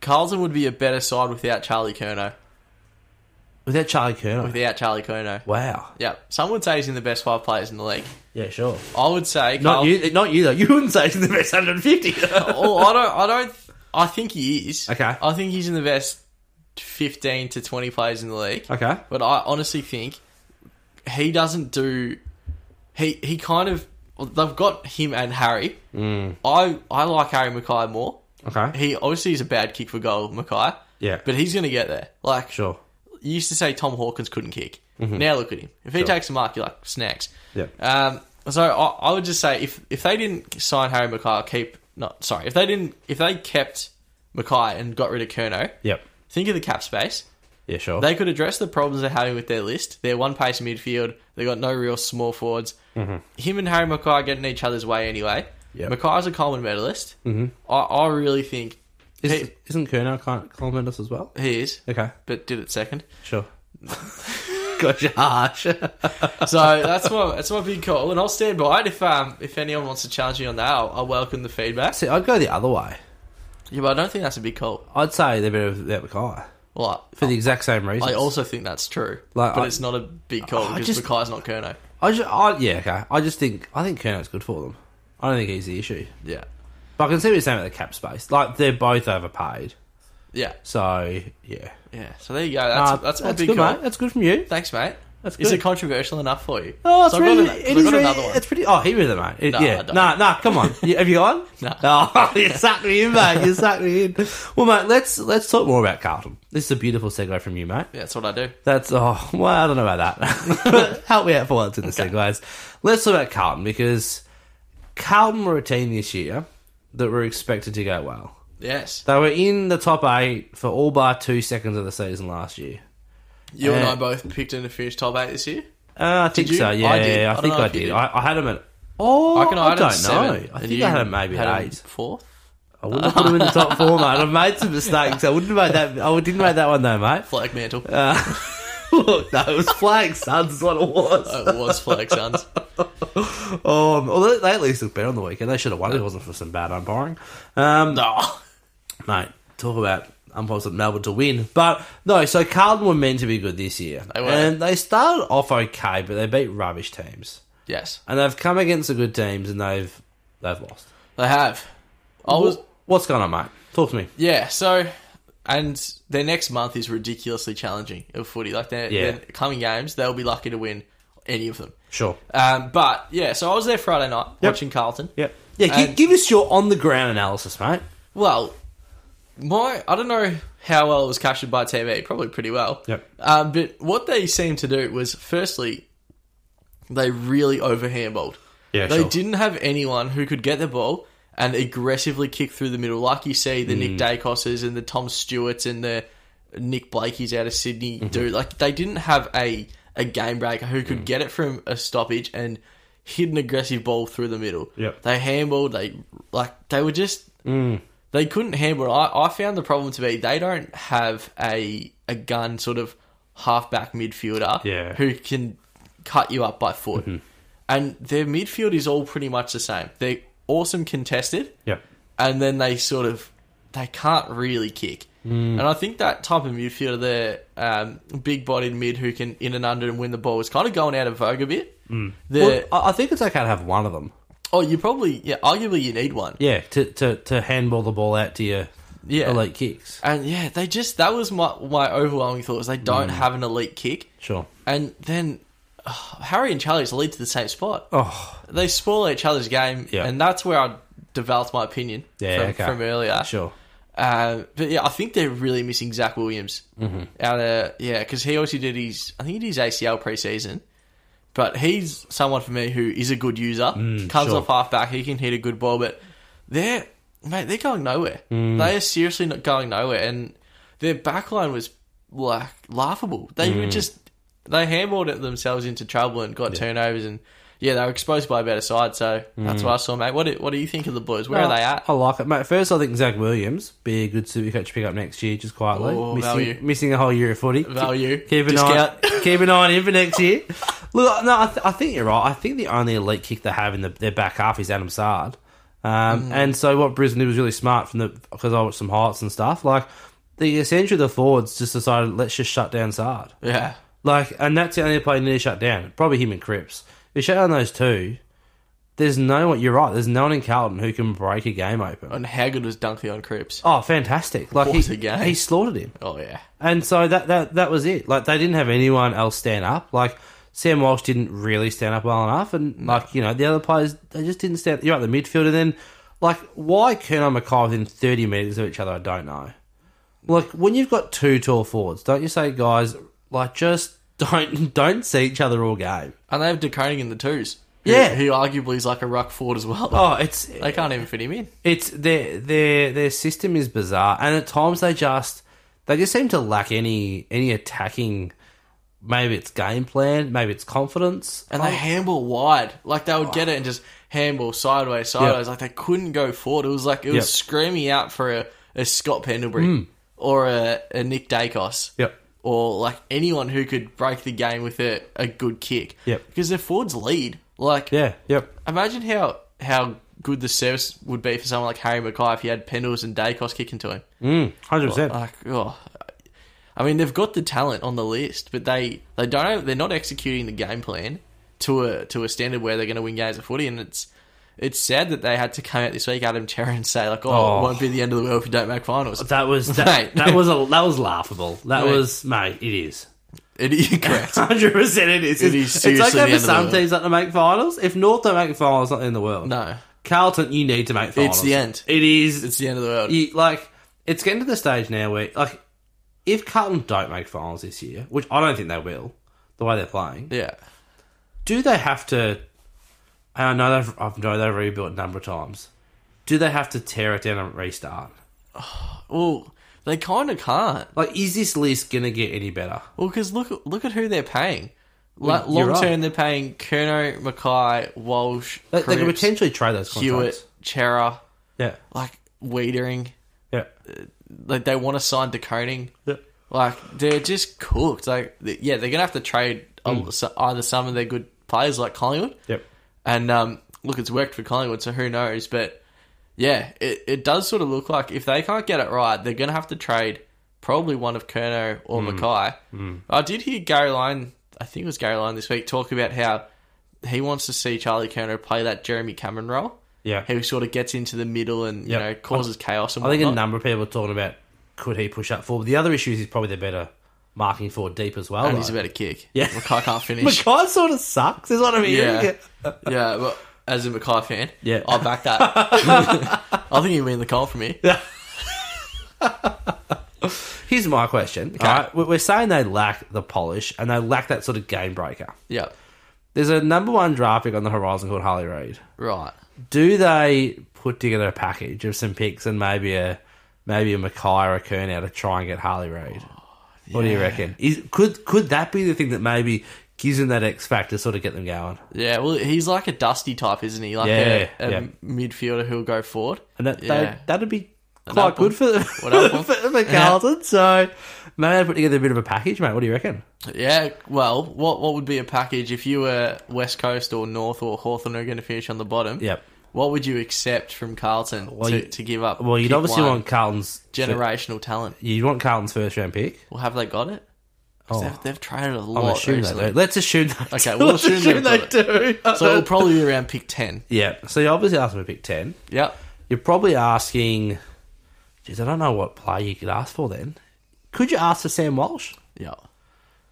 S1: Carlton would be a better side without Charlie Kerno.
S2: Without Charlie Kerner.
S1: Without Charlie Kerno.
S2: wow.
S1: Yeah, some would say he's in the best five players in the league.
S2: Yeah, sure. Oh.
S1: I would say
S2: Not
S1: Carl-
S2: you, not you though. You wouldn't say he's the best 150.
S1: Oh, I don't. I don't. I think he is.
S2: Okay.
S1: I think he's in the best fifteen to twenty players in the league.
S2: Okay.
S1: But I honestly think he doesn't do. He he kind of they've got him and Harry.
S2: Mm.
S1: I I like Harry Mackay more.
S2: Okay.
S1: He obviously is a bad kick for goal, Mackay.
S2: Yeah.
S1: but he's going to get there. Like
S2: Sure.
S1: you used to say, Tom Hawkins couldn't kick. Now look at him. If he takes a mark, you're like snacks.
S2: Mm-hmm. Yeah.
S1: Um, so I, I would just say if if they didn't sign Harry Mackay, keep not sorry if they didn't if they kept Mackay and got rid of Kerno,
S2: Yep.
S1: think of the cap space.
S2: Yeah, sure.
S1: They could address the problems they're having with their list. They're one pace midfield. They got no real small forwards.
S2: Mm-hmm.
S1: Him and Harry Mackay are getting each other's way anyway.
S2: Yep.
S1: Mackay's a Coleman medalist. I, I really think
S2: Mm-hmm. Is, isn't Kernow kind of compliment us as well?
S1: he is,
S2: Okay.
S1: but did it second.
S2: Sure. Gosh, you're harsh.
S1: So that's my that's my big call, and I'll stand by it. If um if anyone wants to challenge me on that, I'll, I'll welcome the feedback.
S2: See, I'd go the other way.
S1: Yeah, but I don't think that's a big call.
S2: I'd say they're better without Mackay
S1: Well,
S2: for the exact same reason.
S1: I also think that's true,
S2: Like,
S1: but
S2: I-
S1: it's not a big call
S2: I
S1: because
S2: just-
S1: Mackay's not Kerno.
S2: I just, I, yeah, okay. I just think I think Kernow's good for them. I don't think he's the issue.
S1: Yeah,
S2: But I can see what you're saying about the cap space. Like they're both overpaid.
S1: yeah,
S2: So yeah,
S1: yeah. So there you go. That's
S2: Nah,
S1: that's my big
S2: good,
S1: call.
S2: mate. That's good from you.
S1: Thanks, mate.
S2: That's
S1: Is
S2: good.
S1: it controversial enough for you?
S2: Oh, it's
S1: So I've got
S2: really,
S1: an- we've
S2: it is
S1: got
S2: really,
S1: another one.
S2: It's pretty. Oh, he with it, mate. It,
S1: No, I
S2: yeah,
S1: don't.
S2: nah, nah. Come on, you, have you gone?
S1: No.
S2: Oh, you sucked me in, mate. You sucked me in. Well, mate, let's let's talk more about Carlton. This is a beautiful segue from you, mate.
S1: Yeah, that's what I do.
S2: That's oh well, I don't know about that. Help me out for once in the segues. Let's talk about Carlton because Carlton were a team this year that were expected to go well.
S1: Yes,
S2: They were in the top eight for all bar two seconds of the season last year.
S1: you and
S2: Uh,
S1: I both picked and finished top eight this year.
S2: Uh, I think
S1: you?
S2: so.
S1: I
S2: Yeah, I,
S1: did. I don't
S2: think
S1: know
S2: I
S1: if you
S2: did.
S1: did.
S2: I, I had them at. Oh, I,
S1: reckon
S2: I
S1: had
S2: don't
S1: him seven,
S2: know. I
S1: and
S2: think
S1: you
S2: I had them maybe
S1: had
S2: at
S1: him
S2: eight.
S1: fourth.
S2: I wouldn't have put them in the top four, mate. I made some mistakes. I wouldn't have made that. I didn't make that one though, mate.
S1: Flag mantle.
S2: Uh, look, no, it was flag sons, is what it was.
S1: Oh, it was flag sons.
S2: Um, well, they, they at least looked better on the weekend. They should have won. if It wasn't for some bad umpiring. Um,
S1: No.
S2: Mate, talk about umpires at Melbourne to win. But no, so Carlton were meant to be good this year.
S1: They were.
S2: And they started off okay, but they beat rubbish teams.
S1: Yes,
S2: And they've come against the good teams and they've they've lost.
S1: they have. I was
S2: Wh- What's going on, mate? Talk to me.
S1: yeah. So, and their next month is ridiculously challenging of footy. Like their,
S2: Yeah.
S1: their coming games, they'll be lucky to win any of them.
S2: Sure.
S1: Um, but yeah, so I was there Friday night watching Carlton.
S2: Yep. Yeah, gi-
S1: And-
S2: give us your on the ground analysis, mate.
S1: Well, my I don't know how well it was captured by TV. Probably pretty well.
S2: Yep.
S1: Um, but what they seemed to do was, firstly, they really overhandballed.
S2: Yeah,
S1: They
S2: sure.
S1: didn't have anyone who could get the ball and aggressively kick through the middle, like you see the Nick
S2: Mm.
S1: Dacos's and the Tom Stewarts and the Nick Blakey's out of Sydney
S2: Mm-hmm.
S1: do. Like they didn't have a a game breaker who
S2: Mm.
S1: could get it from a stoppage and hit an aggressive ball through the middle.
S2: Yep.
S1: They handballed. They like they were just they couldn't handle it. I, I found the problem to be they don't have a a gun sort of halfback midfielder
S2: Yeah. Mm-hmm.
S1: who can cut you up by foot. And their midfield is all pretty much the same. They're awesome contested,
S2: Yep.
S1: and then they sort of they can't really kick.
S2: Mm.
S1: And I think that type of midfielder, the um, big-bodied mid who can in and under and win the ball, is kind of going out of vogue a bit. The-
S2: Mm. Well, I, I think it's okay to have one of them.
S1: oh, you probably yeah, arguably you need one.
S2: Yeah, to, to, to handball the ball out to your
S1: Yeah. Uh,
S2: elite kicks.
S1: And yeah, they just that was my my overwhelming thought was they don't have an elite kick.
S2: Mm. Sure.
S1: And then ugh, Harry and Charlie's lead to the same spot.
S2: Oh,
S1: They spoil each other's game,
S2: Yeah.
S1: and that's where I developed my opinion
S2: Yeah,
S1: from,
S2: okay.
S1: from earlier.
S2: sure.
S1: Uh, but yeah, I think they're really missing Zach Williams out of yeah because he also did his I think he did his ACL preseason, but he's someone for me who is a good user. Comes
S2: sure.
S1: off halfback, he can hit a good ball, but they're mate they're going nowhere. They are seriously not going nowhere, and their backline was like laughable. They were just they handballed it themselves into trouble and got turnovers and. Yeah, they were exposed by a better side, so that's what I saw, mate. What do, what do you think of the Blues? Where
S2: Oh.
S1: are they at?
S2: I like it, mate. First, I think Zach Williams be a good supercoach pick up next year, just quietly.
S1: Oh,
S2: missing,
S1: value.
S2: missing a whole year of footy.
S1: Value.
S2: Keep an
S1: Discount.
S2: eye. keep an eye on him for next year. Look, no, I, th- I think you're right. I think the only elite kick they have in the, their back half is Adam Sard.
S1: Mm.
S2: Um, And so what Brisbane did was really smart from the because I watched some highlights and stuff. Like the essentially the forwards just decided let's just shut down Sard.
S1: Yeah,
S2: Like, and that's the only player you need to shut down. Probably him and Cripps. If you shut down those two, there's no one. You're right. There's no one in Carlton who can break a game open.
S1: And how good was Dunkley on Cripps?
S2: Oh, fantastic! Like
S1: What
S2: he,
S1: a game.
S2: he slaughtered him,
S1: Oh yeah,
S2: and so that that that was it. Like they didn't have anyone else stand up. Like Sam Walsh didn't really stand up well enough, and like you know the other players, they just didn't stand. You're at the midfield, and then like why Kerno and Mackay within thirty meters of each other? I don't know. Like when you've got two tall forwards, don't you say guys like just don't don't see each other all game?
S1: And they have De Koning in the twos. who-
S2: Yeah.
S1: Who arguably is like a ruck forward as well.
S2: Oh, it's
S1: They can't even fit him in.
S2: it's their their their system is bizarre, and at times they just they just seem to lack any any attacking. Maybe it's game plan, maybe it's confidence,
S1: And they handball wide. Like they would get
S2: Oh.
S1: it and just handball sideways, sideways. Like they couldn't go forward. It was like it was
S2: Yep.
S1: screaming out for a, a Scott Pendlebury
S2: Hmm.
S1: or a, a Nick Dacos.
S2: Yep.
S1: Or like anyone who could break the game with a, a good kick.
S2: Yep.
S1: Because their forwards lead. Like
S2: yeah, yep,
S1: imagine how how good the service would be for someone like Harry Mackay if he had Pendles and Dacos kicking to him.
S2: Mm, hundred percent.
S1: Like, oh, I mean, they've got the talent on the list, but they they don't. They're not executing the game plan to a to a standard where they're going to win games of footy, and it's it's sad that they had to come out this week, Adam Terry, and say like, oh,
S2: Oh.
S1: it won't be the end of the world if you don't make finals.
S2: That was that,
S1: Mate.
S2: that was a, that was laughable. That
S1: Mate.
S2: was mate. It is
S1: It is correct.
S2: hundred percent. It is.
S1: It is
S2: It's-
S1: seriously
S2: it's
S1: the
S2: okay for
S1: end of the
S2: some
S1: world.
S2: teams not to make finals. If North don't make finals, not in the world.
S1: No,
S2: Carlton, you need to make finals.
S1: the end.
S2: It is.
S1: it's the end of the world.
S2: you, like it's getting to the stage now where like if Carlton don't make finals this year, which I don't think they will, the way they're playing,
S1: yeah,
S2: do they have to? And I know they've I know they've rebuilt a number of times. Do they have to tear it down and restart?
S1: well, they kind of can't.
S2: Like, is this list gonna get any better?
S1: Well, because look look at who they're paying. Like,
S2: you're
S1: long term,
S2: right.
S1: they're paying Kerno, Mackay, Walsh,
S2: They, they could
S1: Cripps,
S2: potentially trade those contracts.
S1: Hewitt, Chera,
S2: Yeah,
S1: like Weedering.
S2: yeah,
S1: like they want to sign DeConing.
S2: yeah.
S1: Like they're just cooked. Like th- yeah, they're gonna have to trade a- so- either some of their good players like Collingwood.
S2: Hmm. Yep.
S1: And um, look, it's worked for Collingwood, so who knows? But yeah, it, it does sort of look like if they can't get it right, they're gonna have to trade probably one of Kerno
S2: Hmm.
S1: or Mackay. I did hear Gary Line, I think it was Gary Line this week, talk about how he wants to see Charlie Kerno play that Jeremy Cameron role.
S2: Yeah.
S1: Who sort of gets into the middle and you
S2: Yep.
S1: know causes chaos. And
S2: I think a
S1: whatnot.
S2: number of people are talking about could he push up forward. The other issue is he's probably the better marking forward deep as well.
S1: and
S2: though.
S1: he's about to kick.
S2: Yeah.
S1: Mackay can't finish.
S2: Mackay sort of sucks, is what I mean.
S1: yeah, yeah. But as a Mackay fan,
S2: Yeah.
S1: I'll back that. I think he'll win the call for me.
S2: Here's my question. All right, we- we're saying they lack the polish and they lack that sort of game breaker.
S1: Yeah,
S2: There's a number one draft pick on the horizon called Harley Reid.
S1: right.
S2: Do they put together a package of some picks and maybe a maybe a Mackay or a Kernow to try and get Harley Reid?
S1: Oh,
S2: What do you reckon? Is, could could that be the thing that maybe gives them that X factor, sort of get them going?
S1: Yeah, well, he's like a dusty type, isn't he? Like
S2: Yeah,
S1: a, a
S2: yeah.
S1: midfielder who'll go forward.
S2: And that
S1: Yeah.
S2: they, that'd be
S1: Another
S2: quite good for them, for,
S1: Another one.
S2: for Carlton. So maybe they put together a bit of a package, mate. What do you reckon?
S1: Yeah. Well, what what would be a package if you were West Coast or North or Hawthorn are going to finish on the bottom?
S2: Yep.
S1: What would you accept from Carlton to,
S2: you-
S1: to give up?
S2: Well, you'd
S1: pick
S2: obviously
S1: one?
S2: want Carlton's
S1: generational talent.
S2: You want Carlton's first round pick?
S1: Well, have they got it? 'Cause
S2: Oh.
S1: They've, they've traded a
S2: We'll
S1: lot.
S2: assume they
S1: recently.
S2: do. Let's assume they
S1: Okay,
S2: do.
S1: we'll
S2: Let's
S1: assume they've
S2: do.
S1: So it'll probably be around pick 10.
S2: yeah. So you obviously asked them to pick ten.
S1: Yep.
S2: You're probably asking. Geez, I don't know what player you could ask for. Then could you ask for Sam Walsh?
S1: Yeah.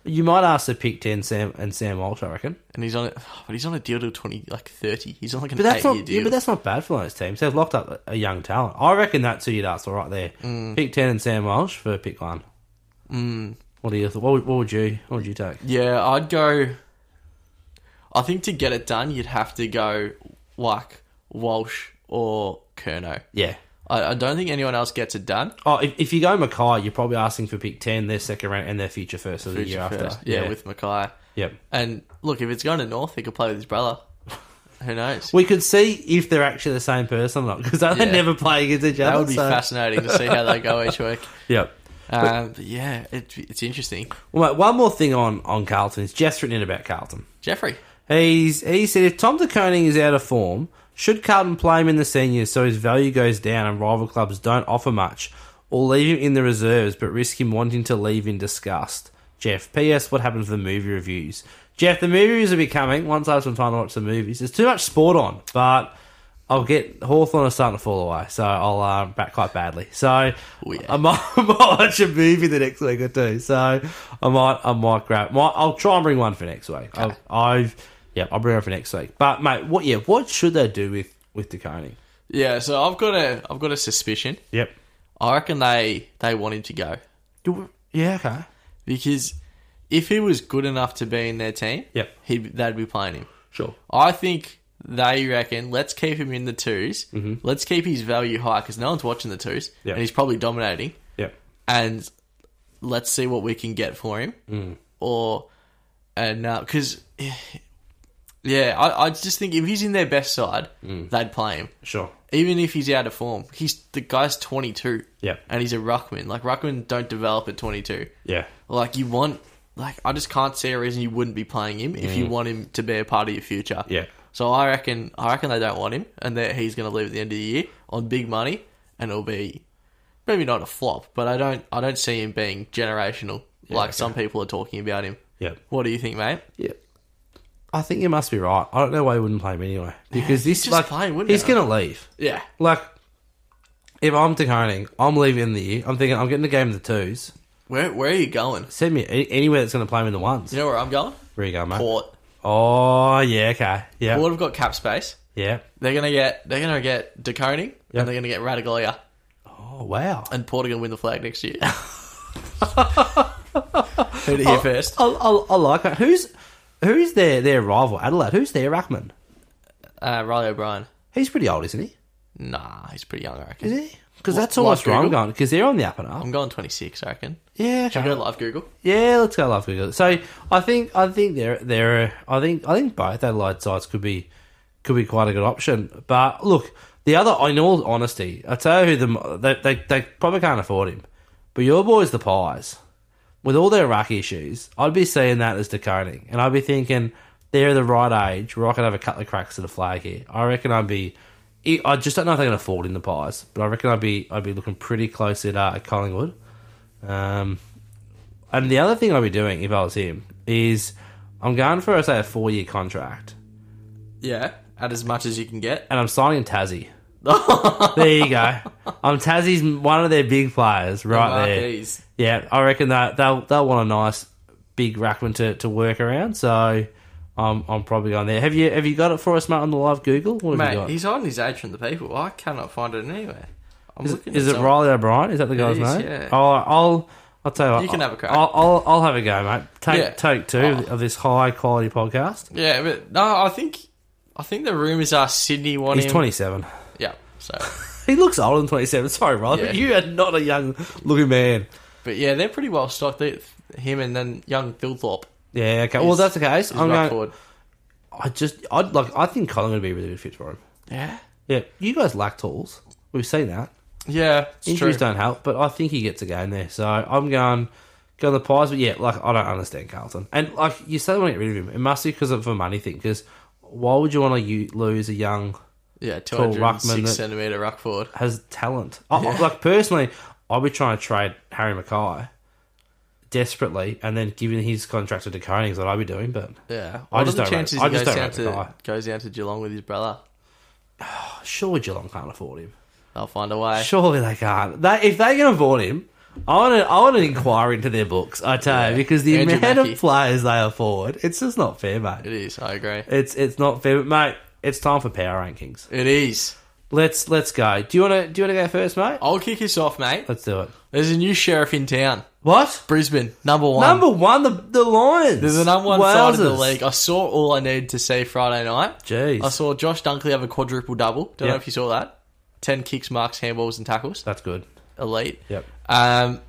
S2: You might ask for pick ten Sam and Sam Walsh. I reckon.
S1: And he's on it, but he's on a deal till twenty, like thirty. He's on like an
S2: But that's
S1: eight year
S2: not.
S1: deal.
S2: Yeah, but that's not bad for those teams. They've locked up a young talent. I reckon that's who you'd ask for right there. Pick ten and Sam Walsh for pick one. Mm. What do you? What, would- what would you? What would you take?
S1: yeah, I'd go. I think to get it done, you'd have to go like Walsh or Kerno.
S2: Yeah.
S1: I, I don't think anyone else gets it done.
S2: Oh, if, if you go Mackay, you're probably asking for pick 10, their second round, and their future first of the year after.
S1: First. Yeah, with Mackay.
S2: Yep.
S1: And look, if it's going to North, he could play with his brother. Who knows?
S2: We could see if they're actually the same person or not, because they
S1: Yeah.
S2: never play against each other.
S1: that would be
S2: so-
S1: fascinating to see how they go each week.
S2: Yep.
S1: Um, but yeah, it, it's interesting.
S2: Well, mate, one more thing on, on Carlton is Jeff's written in about Carlton.
S1: Jeffrey.
S2: He's He said if Tom DeConing is out of form, should Carlton play him in the seniors so his value goes down and rival clubs don't offer much, or leave him in the reserves but risk him wanting to leave in disgust? Jeff, P.S. What happened to the movie reviews? Jeff, the movie reviews will be coming once I have some time to watch the movies. There's too much sport on, but I'll get Hawthorn are starting to fall away, so I'll uh, back quite badly. So
S1: Oh, yeah.
S2: I, might, I might watch a movie the next week or two. So I might I might grab. Might, I'll try and bring one for next week. I've, I've yeah I'll bring one for next week. But mate, what yeah what should they do with with Deconing?
S1: Yeah, so I've got a I've got a suspicion.
S2: Yep.
S1: I reckon they they want him to go
S2: yeah. Okay.
S1: because if he was good enough to be in their team,
S2: Yep.
S1: he'd, they'd be playing him.
S2: Sure.
S1: I think they reckon let's keep him in the 2s Mm-hmm. Let's keep his value high because no one's watching the twos,
S2: Yeah.
S1: and he's probably dominating.
S2: Yep.
S1: And let's see what we can get for him. Mm. Or and because yeah, I, I just think if he's in their best side, they'd play him.
S2: Sure.
S1: Even if he's out of form, he's the guy's twenty two.
S2: Yep.
S1: and he's a ruckman. Like ruckman don't develop at twenty two.
S2: Yeah.
S1: Like you want, like I just can't see a reason you wouldn't be playing him if you want him to be a part of your future.
S2: Yeah.
S1: So I reckon, I reckon they don't want him, and that he's going to leave at the end of the year on big money, and it'll be maybe not a flop, but I don't, I don't see him being generational like some people are talking about him.
S2: Yep.
S1: What do you think, mate?
S2: Yeah. I think you must be right. I don't know why you wouldn't play him anyway. Because this
S1: just
S2: like
S1: play him, wouldn't
S2: he's
S1: you?
S2: gonna leave.
S1: Yeah,
S2: Like if I'm deconing, I'm leaving the year. I'm thinking I'm getting the game of the twos.
S1: where where are you going?
S2: Send me a- anywhere that's gonna play him in the ones.
S1: You know where I'm going?
S2: Where you go, mate?
S1: Port.
S2: Oh yeah, okay. Yeah.
S1: Port have got cap space.
S2: Yeah.
S1: They're gonna get, they're gonna get De Koning,
S2: Yep.
S1: and they're gonna get Radaglia,
S2: Oh wow.
S1: and Port are gonna win the flag next year. Heard it here first.
S2: I, I, I like it. Who's who's their, their rival? Adelaide. Who's their Ruckman?
S1: Uh, Riley O'Brien.
S2: He's pretty old, isn't he?
S1: Nah, he's pretty young, I reckon.
S2: Is he? Because that's
S1: Like
S2: almost where I'm
S1: Google?
S2: going. Because they're on the up and up.
S1: I'm going 26, I reckon.
S2: Yeah.
S1: Should
S2: okay.
S1: we go live Google?
S2: Yeah, let's go Love Google. So I think I think there there I think I think both Adelaide sides could be could be quite a good option. But look, the other in all honesty, I tell you who the they they, they probably can't afford him. But your boys, the Pies, with all their rack issues, I'd be seeing that as deconing, and I'd be thinking they're the right age where I could have a couple of cracks at the flag here. I reckon I'd be. I just don't know if they can afford in the pies, but I reckon I'd be I'd be looking pretty close at uh, Collingwood. Um, and the other thing I'd be doing if I was him is I'm going for say a four year contract
S1: Yeah, at as much as you can get.
S2: and I'm signing Tassie. there you go. I'm Tassie's one of their big players right there.
S1: Marquees.
S2: Yeah, I reckon that they'll they'll want a nice big rackman to, to work around. So I'm I'm probably on there. Have you have you got it for us, mate, on the live Google? What have you
S1: Mate,
S2: got?
S1: he's hiding his age from the people. I cannot find it anywhere. I'm
S2: Is,
S1: looking
S2: is
S1: at
S2: it
S1: some-
S2: Riley O'Brien? Is that the guy's
S1: is,
S2: name?
S1: yeah.
S2: Oh, I'll I'll tell you. What,
S1: You can have a crack.
S2: I'll, I'll I'll have a go, mate. Take
S1: Yeah. Oh.
S2: take two of this high quality podcast.
S1: Yeah, but no, I think I think the rumours are Sydney want
S2: He's
S1: him.
S2: twenty seven.
S1: Yeah, so.
S2: He looks older than 27. Sorry, Riley,
S1: Yeah.
S2: but you are not a young looking man.
S1: But yeah, they're pretty well stocked. They, him and then young Thilthorpe.
S2: Yeah, okay. well,
S1: He's-
S2: that's the case.
S1: is
S2: I'm
S1: right
S2: going,
S1: forward.
S2: I just, I'd like, I think Colin would be a really good fit for him.
S1: Yeah,
S2: Yeah, you guys lack tools. We've seen that.
S1: yeah, it's
S2: Injuries
S1: true.
S2: don't help, but I think he gets a game there. So I'm going, going the pies. But yeah, like, I don't understand Carlton. And like, you say they want to get rid of him. It must be because of a money thing, because why would you want to u- lose a young
S1: Yeah, two
S2: Tall
S1: hundred
S2: ruckman
S1: and six
S2: that-
S1: centimeter ruck forward.
S2: has talent. I, I- like personally, I'd be trying to trade Harry Mackay desperately, and then giving his contract to Deconing is what I'd be doing. But
S1: Yeah,
S2: I
S1: what
S2: just
S1: are the
S2: don't rate-
S1: chances
S2: I
S1: he
S2: just
S1: goes
S2: don't
S1: down
S2: rate the
S1: to
S2: guy.
S1: goes down to Geelong with his brother?
S2: surely Geelong can't afford him.
S1: They'll find a way.
S2: Surely they can't. They, if they can afford him, I want to. I want an inquiry into their books. I tell you, because the
S1: Andrew
S2: amount
S1: Mackey.
S2: of players they afford, it's just not fair, mate.
S1: It is. I agree.
S2: It's it's not fair, but mate. It's time for power rankings.
S1: It is.
S2: Let's let's go. Do you want to do you want to go first, mate?
S1: I'll kick us off, mate.
S2: Let's do it.
S1: There's a new sheriff in town.
S2: What?
S1: Brisbane, number one.
S2: Number one, the the Lions.
S1: There's the number one side of the
S2: Wowzers.
S1: league. I saw all I needed to see Friday night.
S2: Jeez.
S1: I saw Josh Dunkley have a quadruple double. Don't know
S2: Yep.
S1: if you saw that. Ten kicks, marks, handballs, and tackles.
S2: That's good.
S1: Elite.
S2: Yep.
S1: Um,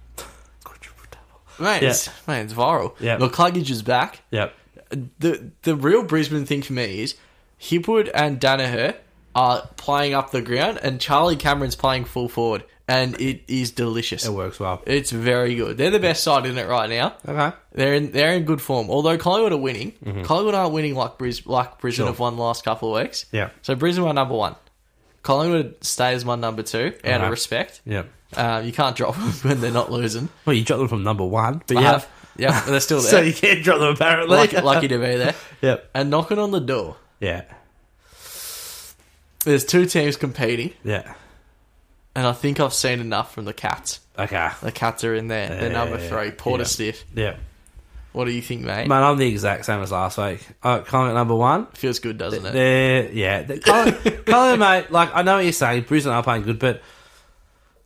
S1: mate, it's, mate, it's viral.
S2: Yep.
S1: McCluggage is back.
S2: Yep.
S1: The the real Brisbane thing for me is Hipwood and Danaher are playing up the ground, and Charlie Cameron's playing full forward, and it is delicious.
S2: It works well.
S1: It's very good. They're the best side in it right now.
S2: Okay.
S1: They're in they're in good form. Although Collingwood are winning, Collingwood aren't winning like Bris like Brisbane
S2: Mm-hmm. Sure.
S1: have won the last couple of weeks.
S2: Yeah.
S1: So Brisbane are number one. Collingwood stays my number two out
S2: Alright.
S1: of respect.
S2: Yeah.
S1: Um, you can't drop them when they're not losing.
S2: Well, you dropped them from number one, but
S1: I
S2: yeah.
S1: have- yeah, they're still
S2: So
S1: there.
S2: you can't drop them apparently.
S1: lucky, lucky to be there.
S2: Yep.
S1: And knocking on the door
S2: Yeah.
S1: There's two teams competing,
S2: Yeah.
S1: and I think I've seen enough from the Cats.
S2: Okay.
S1: The Cats are in there. They're
S2: Yeah,
S1: number
S2: yeah,
S1: three.
S2: yeah.
S1: Porter
S2: Yeah.
S1: Stiff.
S2: Yeah.
S1: What do you think, mate?
S2: Man, I'm the exact same as last week. Uh, comment number one.
S1: Feels good, doesn't it?
S2: They're, Uh, yeah. They're, Colin, Colin, mate, like, I know what you're saying. Brisbane are playing good, but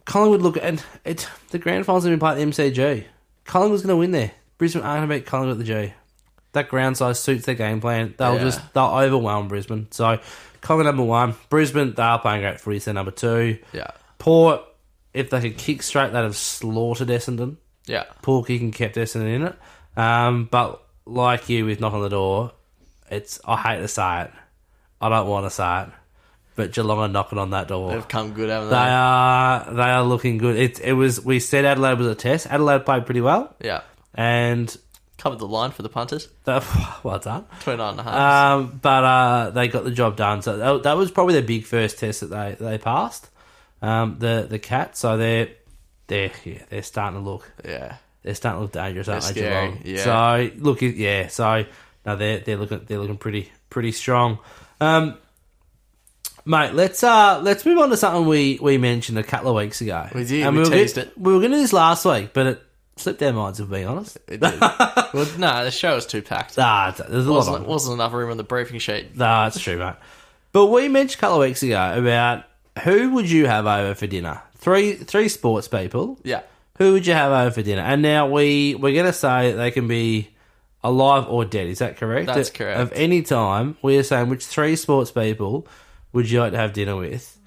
S2: Collingwood look, and it, the grand finals have been played at the MCG. Collingwood's going to win there. Brisbane aren't going to beat Collingwood at the G. That ground size suits their game plan. They'll
S1: Yeah.
S2: just, they'll overwhelm Brisbane. So, comment number one. Brisbane, they are playing great footy. So, number two.
S1: Yeah.
S2: Port, if they could kick straight, they'd have slaughtered Essendon.
S1: Yeah.
S2: Pork Kicking kept Essendon in it. Um, but like you with Knock on the Door, it's I hate to say it. I don't want to say it. But Geelong are knocking on that door.
S1: They've come good, haven't
S2: They
S1: they?
S2: are they are looking good. It it was we said Adelaide was a test. Adelaide played pretty well
S1: Yeah.
S2: and
S1: Covered the line for the punters.
S2: they, well done.
S1: 29 and a half.
S2: Um, but uh, they got the job done. So that, that was probably their big first test that they, they passed. Um, the the cat. So they're they're yeah, they're starting to look
S1: yeah.
S2: they're starting to look dangerous, aren't
S1: They're
S2: they?
S1: scary,
S2: Geelong?
S1: yeah.
S2: So look, yeah. So no, they're they're looking they're looking pretty pretty strong. Um, mate, let's uh let's move on to something we we mentioned a couple of weeks ago.
S1: We did,
S2: And
S1: we
S2: were
S1: teased
S2: gonna-
S1: it.
S2: We were going to do this last week, but it slipped our minds. If we're being honest,
S1: It did. well, no, the show was too packed.
S2: ah, it's- there's a lot on.
S1: wasn't, wasn't enough room on the briefing sheet.
S2: Nah, that's true, mate. But we mentioned a couple of weeks ago about who would you have over for dinner? Three three sports people.
S1: Yeah.
S2: Who would you have over for dinner? And now we we're gonna say that they can be alive or dead. Is that correct?
S1: That's
S2: At-
S1: correct.
S2: Of any time, we are saying which three sports people would you like to have dinner with?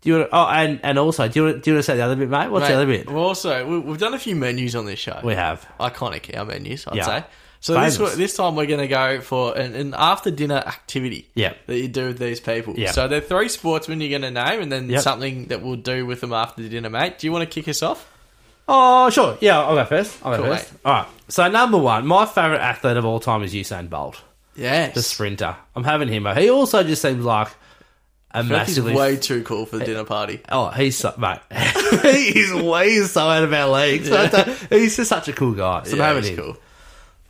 S2: Do you want? To, oh, and and also, do you want? Do you want to say the other bit, mate? What's the other
S1: Mate,
S2: bit?
S1: Well, also, we, we've done a few menus on this show.
S2: We have.
S1: Iconic, our menus, I'd
S2: Yeah.
S1: say. So this,
S2: Famous.
S1: wa- this time we're going to go for an, an after dinner activity
S2: Yeah.
S1: that you do with these people.
S2: Yeah.
S1: So there are three sportsmen you're going to name and then
S2: Yep.
S1: something that we'll do with them after dinner, mate. Do you want to kick us off?
S2: Oh, sure. Yeah, I'll go first. I'll go
S1: Sure,
S2: first. All right. So number one, my favorite athlete of all time is Usain Bolt.
S1: Yes.
S2: the sprinter. I'm having him. He also just seems like a
S1: He's
S2: massively.
S1: way too cool for the dinner party.
S2: oh, he's so mate. he is way so out of our league. So it's a- he's just such a cool guy. So
S1: Yeah,
S2: I'm having
S1: he's
S2: him.
S1: cool.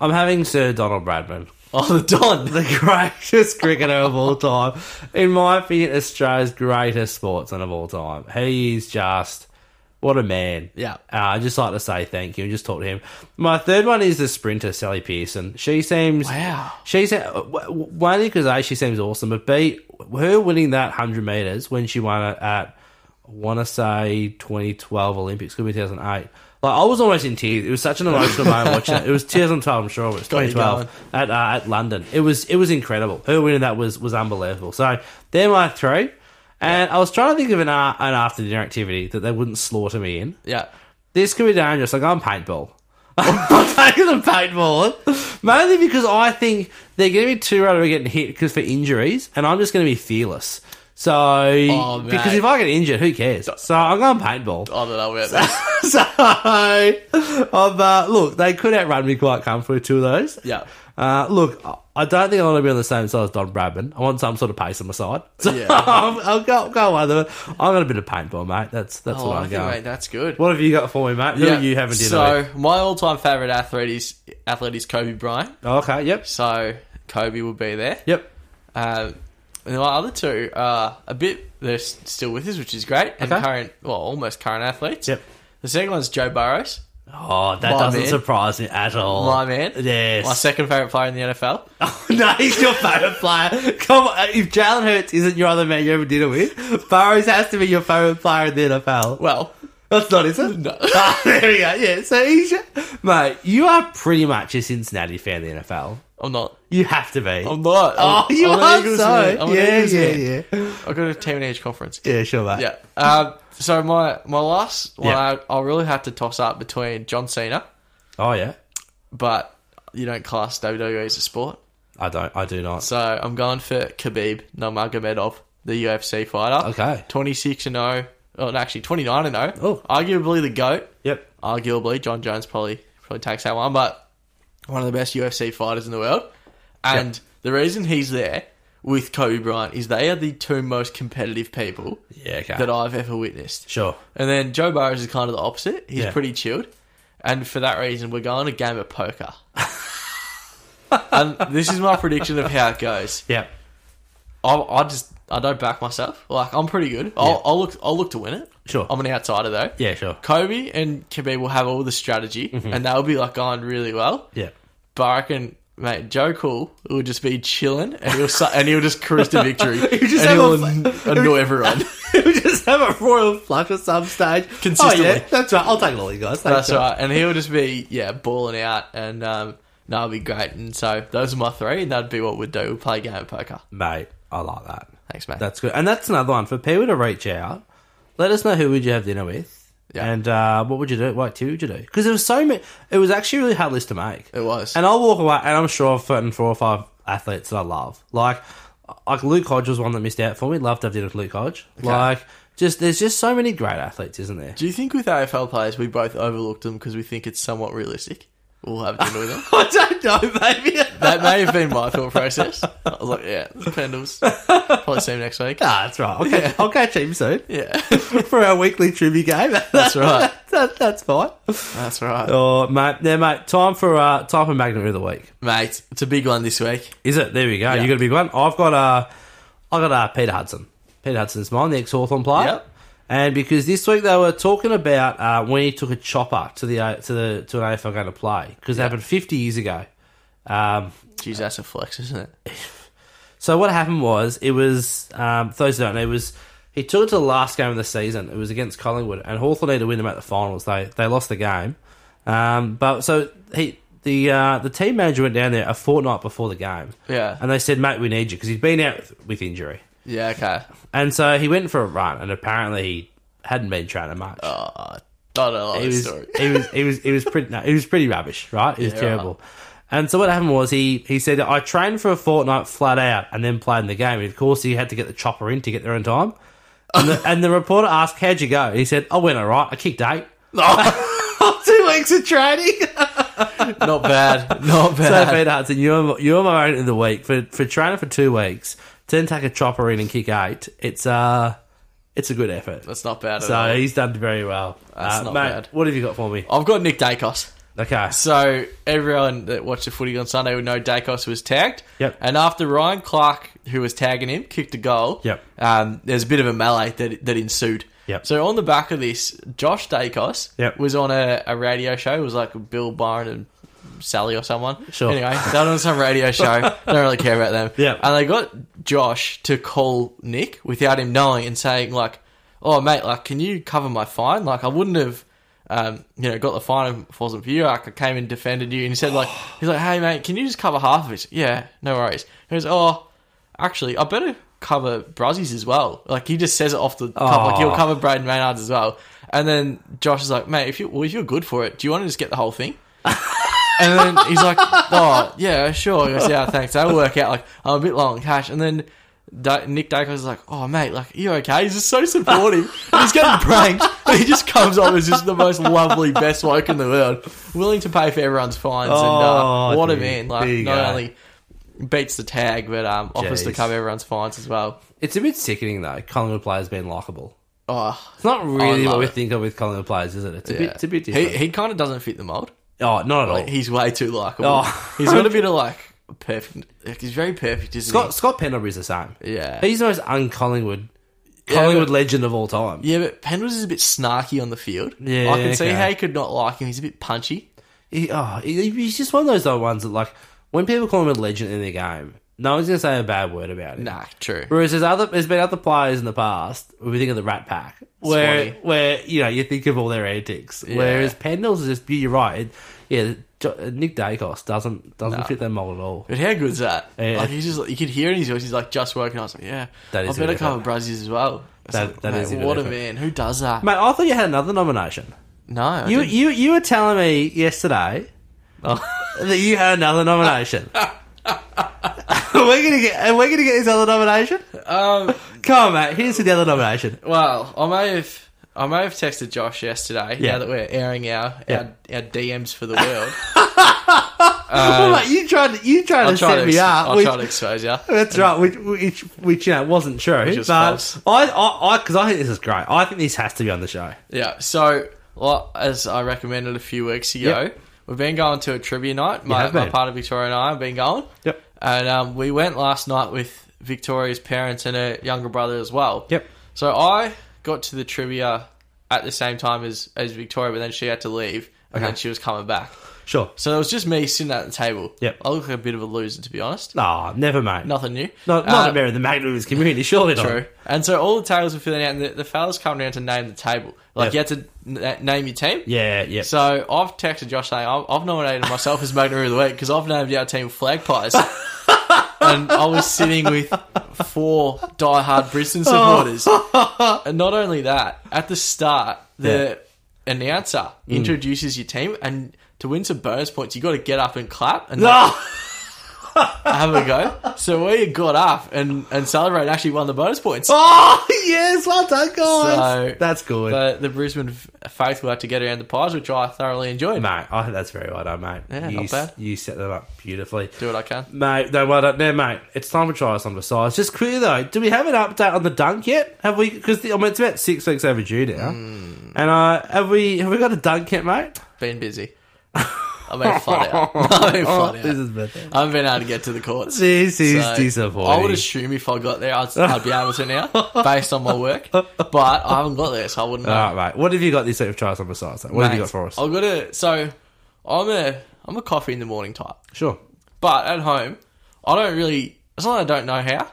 S2: I'm having Sir Donald Bradman,
S1: Oh, the Don.
S2: the greatest cricketer of all time. In my opinion, Australia's greatest sportsman of all time. He is just. What a man.
S1: Yeah.
S2: Uh, I'd just like to say thank you and just talk to him. My third one is the sprinter, Sally Pearson. She seems.
S1: Wow.
S2: She's one because a she seems awesome, but b her winning that hundred meters when she won it at want to say 2012 Olympics, could be 2008. Like I was almost in tears. It was such an emotional moment watching it. It was 2012, I'm sure, but it's
S1: you
S2: 2012 at uh, at London. It was it was incredible. Her winning that was was unbelievable. So they're my three. And I was trying to think of an, uh, an after dinner activity that they wouldn't slaughter me in.
S1: Yeah.
S2: This could be dangerous. Like I'm paintball. I'm taking the paintball mainly because I think they're going to be too right over getting hit because for injuries, and I'm just going to be fearless. So
S1: Oh, mate.
S2: because if I get injured, who cares? So I'm going paintball.
S1: Oh, I don't know about that.
S2: so I'm, uh, look, they could outrun me quite comfortably. Two of those.
S1: Yeah.
S2: Uh, look, I- I don't think I want to be on the same side as Don Bradman. I want some sort of pace on my side. So
S1: Yeah.
S2: I'll, I'll go, go one of them. I got a bit of paintball, mate. That's that's
S1: Oh,
S2: what
S1: I
S2: I'm
S1: think,
S2: going.
S1: mate, that's good.
S2: What have you got for me, mate? Who
S1: Yeah.
S2: are you having dinner with?
S1: So my all-time favorite athlete is athlete is Kobe Bryant.
S2: Okay. Yep.
S1: So Kobe will be there.
S2: Yep.
S1: Um, and my other two are a bit they're s- still with us, which is great. And
S2: Okay.
S1: current, well, almost current athletes.
S2: Yep.
S1: The second one's Joe Burrows,
S2: Oh, that
S1: My
S2: doesn't
S1: man.
S2: surprise me at all.
S1: my man.
S2: Yes.
S1: My second favorite player in the NFL.
S2: Oh, no, he's your favourite player. Come on. If Jalen Hurts isn't your other man you ever dinner with, Burrows has to be your favourite player in the NFL.
S1: Well,
S2: That's not, is it?
S1: No.
S2: Ah, there we go. Yeah. So he's your... Mate, you are pretty much a Cincinnati fan in the NFL.
S1: I'm not.
S2: You have to be.
S1: I'm not.
S2: oh,
S1: I'm-
S2: you
S1: I'm an
S2: are
S1: Eagles fan.
S2: so.
S1: I'm an
S2: Yeah,
S1: Eagles fan.
S2: yeah, yeah.
S1: I got a team in each conference.
S2: Yeah, sure, mate.
S1: Yeah. Um, so my my last one,
S2: Yeah.
S1: I, I really had to toss up between John Cena,
S2: Oh, yeah.
S1: but you don't class WWE as a sport,
S2: I don't. I do not.
S1: so I'm going for Khabib Nurmagomedov, the UFC fighter.
S2: Okay.
S1: 26 and 0. Oh, no, actually 29 and 0.
S2: Oh.
S1: Arguably the goat.
S2: Yep.
S1: Arguably, John Jones probably probably takes that one, but one of the best UFC fighters in the world. And the reason he's there with Kobe Bryant is they are the two most competitive people
S2: Yeah, okay.
S1: that I've ever witnessed.
S2: Sure.
S1: And then Joe Burrows is kind of the opposite. He's
S2: Yeah.
S1: pretty chilled. And for that reason, we're going a game of poker. and this is my prediction of how it goes.
S2: Yep.
S1: I, I just I don't back myself. Like I'm pretty good. I'll, I'll look. I'll look to win it.
S2: Sure.
S1: I'm an outsider though.
S2: Yeah, sure. Mm-hmm.
S1: Kobe and Khabib will have all the strategy, and they'll be like going really well.
S2: Yeah.
S1: But I reckon, mate, Joe Cool will just be chilling, and he'll su- and he'll just cruise to victory,
S2: He'll just
S1: and
S2: have
S1: he'll
S2: a-
S1: an- annoy everyone.
S2: we just have a royal flush at some stage.
S1: Consistently.
S2: Oh, yeah, that's right. I'll take all you guys. Thanks,
S1: That's right. And he'll just be yeah, balling out, and um, no, it'll be great. And so those are my three, and that'd be what we'd do. We'd play a game of poker.
S2: Mate, I like that.
S1: Thanks, mate.
S2: That's good. And that's another one. For people to reach out, let us know who would you have dinner with.
S1: Yeah.
S2: And uh, what would you do? What two would you do? Because there was so many. It was actually a really hard list to make.
S1: it was.
S2: And I'll walk away, and I'm sure I've threatened four or five athletes that I love. Like, like Luke Hodge was one that missed out for me. Love to have dinner with Luke Hodge. Like, just there's just so many great athletes, isn't there?
S1: Do you think with AFL players we both overlooked them because we think it's somewhat realistic? We'll have dinner with them.
S2: I don't know, maybe.
S1: That may have been my thought process. I was like, yeah, Pendles. Probably see him next week.
S2: Nah, Ah, that's right. I'll catch, I'll catch him soon
S1: Yeah,
S2: for our weekly trivia game.
S1: that's right.
S2: that, that's fine.
S1: That's right,
S2: Oh, mate, there, mate. Time for uh, time for magnet of the week.
S1: mate. It's a big one this week.
S2: Is it? There we go. You got a big one. I've got uh, I got uh, Peter Hudson. Peter Hudson's mine, the ex Hawthorn player.
S1: Yep.
S2: And because this week they were talking about uh, when he took a chopper to the uh, to the to an AFL game to play because it happened 50 years ago. Um,
S1: Jeez, that's a flex, isn't it?
S2: so what happened was it was um, for those who don't know, it was he took it to the last game of the season. It was against Collingwood, and Hawthorn needed to win them at the finals. They they lost the game, um, but so he the uh, the team manager went down there a fortnight before the game.
S1: Yeah.
S2: and they said, "Mate, we need you" because he'd been out with, with injury,
S1: Yeah, okay.
S2: and so he went for a run, and apparently he hadn't been training much.
S1: Oh, I don't know
S2: It
S1: the
S2: was,
S1: story.
S2: it was, it was, it was pretty. No, it was pretty rubbish, right? It was
S1: Yeah,
S2: terrible. And so what happened was he he said I trained for a fortnight flat out and then played in the game. And of course, he had to get the chopper in to get there in time. And the, and the reporter asked, "How'd you go?" And he said, "I went all right. I kicked eight. Two weeks of training."
S1: Not bad. Not
S2: so
S1: bad.
S2: Peter Hudson, you're you're my own in the week for for training for two weeks to then take a chopper in and kick eight. It's uh it's a good effort.
S1: That's not bad at
S2: So
S1: all.
S2: he's done very well.
S1: That's
S2: Uh,
S1: not
S2: mate,
S1: bad.
S2: What have you got for me?
S1: I've got Nick Dacos.
S2: Okay.
S1: So everyone that watched the footy on Sunday would know Dacos was tagged.
S2: Yep.
S1: And after Ryan Clark, who was tagging him, kicked a goal.
S2: Yep.
S1: Um, there's a bit of a melee that that ensued.
S2: Yep.
S1: So on the back of this, Josh Dacos
S2: Yep.
S1: was on a, a radio show. It was like Bill Byron and Sally or someone.
S2: Sure.
S1: Anyway, they were on some radio show. Don't really care about them.
S2: Yep.
S1: And they got Josh to call Nick without him knowing and saying like, "Oh mate, like, can you cover my fine? Like, I wouldn't have." um, you know, got the fine if it wasn't for you. Like, I came and defended you. And he said, like, he's like, hey, mate, can you just cover half of it? Yeah, no worries. He goes, oh, actually, I better cover Brazzies as well. Like, he just says it off the top. Like,
S2: Aw.
S1: he'll cover Braden Maynard's as well. And then Josh is like, mate, if you well, if you're good for it, do you want to just get the whole thing? And then he's like, "Oh, yeah, sure." He goes, "Yeah, thanks. That'll work out." Like I'm a bit long on cash, and then da- Nick Dacos is like, "Oh, mate, like you okay?" He's just so supportive. And he's getting pranked, and he just comes up as just the most lovely, best bloke in the world, willing to pay for everyone's fines. and
S2: Oh,
S1: uh, what a
S2: dude.
S1: man!
S2: There
S1: Like
S2: you
S1: not
S2: go.
S1: only beats the tag, but um, offers to
S2: Jeez.
S1: cover everyone's fines as well.
S2: It's a bit sickening though. Collingwood players being likable.
S1: Oh,
S2: It's not really
S1: love
S2: what we
S1: it.
S2: think of with Collingwood players, is it? It's a bit,
S1: yeah.
S2: it's a bit
S1: he
S2: different.
S1: he kind of doesn't fit the mold.
S2: oh, not at all.
S1: He's way too likable.
S2: Oh.
S1: He's got a bit of like perfect. like, He's very perfect, isn't
S2: Scott Scott Pendlebury's the same.
S1: he? Yeah.
S2: He's the most un-Collingwood Collingwood
S1: but-
S2: legend of all time.
S1: Yeah, but Pendles is a bit snarky on the field.
S2: Yeah,
S1: I can see
S2: okay.
S1: how you could not like him. He's a bit punchy.
S2: He, oh, he, he's just one of those old ones that like when people call him a legend in their game, no one's gonna say a bad word about him.
S1: Nah, true.
S2: Whereas there's other, there's been other players in the past. We think of the Rat Pack, where
S1: Swanee.
S2: where you know you think of all their antics. Whereas Pendles is just you're right. Yeah, Jo- Nick Dacos doesn't doesn't fit that mold at all.
S1: But how good's that?
S2: Yeah.
S1: Like he's just you could hear in his voice. He's like just working. I was like, yeah,
S2: That is
S1: I
S2: a
S1: better
S2: good
S1: cover Brazzies as well. It's
S2: That-
S1: like,
S2: that
S1: mate,
S2: is a good
S1: what a
S2: effort.
S1: man. Who does that?
S2: Mate, I thought you had another nomination.
S1: no, I
S2: You
S1: didn't. Oh.
S2: you you were telling me yesterday that you had another nomination. we're gonna get and we're gonna get this other nomination.
S1: um,
S2: Come on, mate. Here's the other nomination.
S1: well, I may have. I may have texted Josh yesterday.
S2: Yeah.
S1: Now that we're airing our,
S2: Yeah.
S1: our our DMs for the world,
S2: Well, mate, you tried to, you tried
S1: uh, I'll
S2: to
S1: try
S2: set
S1: to,
S2: me
S1: ex-
S2: up.
S1: I'll
S2: with-
S1: try to expose you.
S2: That's right, which, which, which you know, wasn't true.
S1: is
S2: but
S1: false.
S2: I, I, because I, think this is great. I think this has to be on the show.
S1: Yeah. So, well, as I recommended a few weeks ago,
S2: Yep.
S1: we've been going to a trivia night. My,
S2: have
S1: my
S2: been.
S1: part of Victoria and I have been going.
S2: Yep.
S1: And um, we went last night with Victoria's parents and her younger brother as well.
S2: Yep.
S1: So I got to the trivia at the same time as, as Victoria, but then she had to leave and
S2: Okay.
S1: then she was coming back.
S2: Sure.
S1: So it was just me sitting at the table.
S2: Yep.
S1: I look like a bit of a loser, to be honest.
S2: Ah, never, mate.
S1: Nothing new.
S2: Not,
S1: Uh,
S2: not a member of the Magnus community, surely not.
S1: True. And so all the tables were filling out, and the, the fellas come down to name the table. Like,
S2: Yep.
S1: you had to n- name your team.
S2: Yeah, yeah.
S1: So I've texted Josh saying I've, I've nominated myself as Magna Roo of the Week because I've named our team Flag Pies. and I was sitting with four diehard Brisbane supporters. and not only that, at the start, the announcer introduces your team and to win some bonus points, you got to get up and clap and
S2: Ah,
S1: have a go. So we got up and, and celebrated actually won the bonus points.
S2: oh, yes, well done, guys.
S1: So-
S2: that's good.
S1: But the Brisbane f- faithful had to get around the pies, which I thoroughly enjoyed.
S2: mate, I think that's very well done, mate.
S1: Yeah,
S2: you,
S1: not
S2: s-
S1: bad.
S2: You set that up beautifully.
S1: Do what I can.
S2: Mate, no, well done. No, mate, it's time to try us on the size. Just quickly, though, do we have an update on the dunk yet? Have we, because I mean, it's about six weeks overdue now.
S1: Hmm.
S2: And uh, have we have we got a dunk yet, mate?
S1: Been busy. I mean, flat out. I mean, flat
S2: Oh,
S1: out.
S2: this is better.
S1: I haven't been able to get to the courts.
S2: This is
S1: eh? So,
S2: disappointing.
S1: I would assume if I got there, I'd, I'd be able to now, based on my work. But I haven't got there, so I wouldn't know.
S2: All right, mate. What have you got this week of trials on the size? Ah, What have you got
S1: Mate,
S2: for us?
S1: I've got a so I'm a I'm a coffee in the morning type,
S2: Sure.
S1: but at home I don't really. It's not that I don't know how.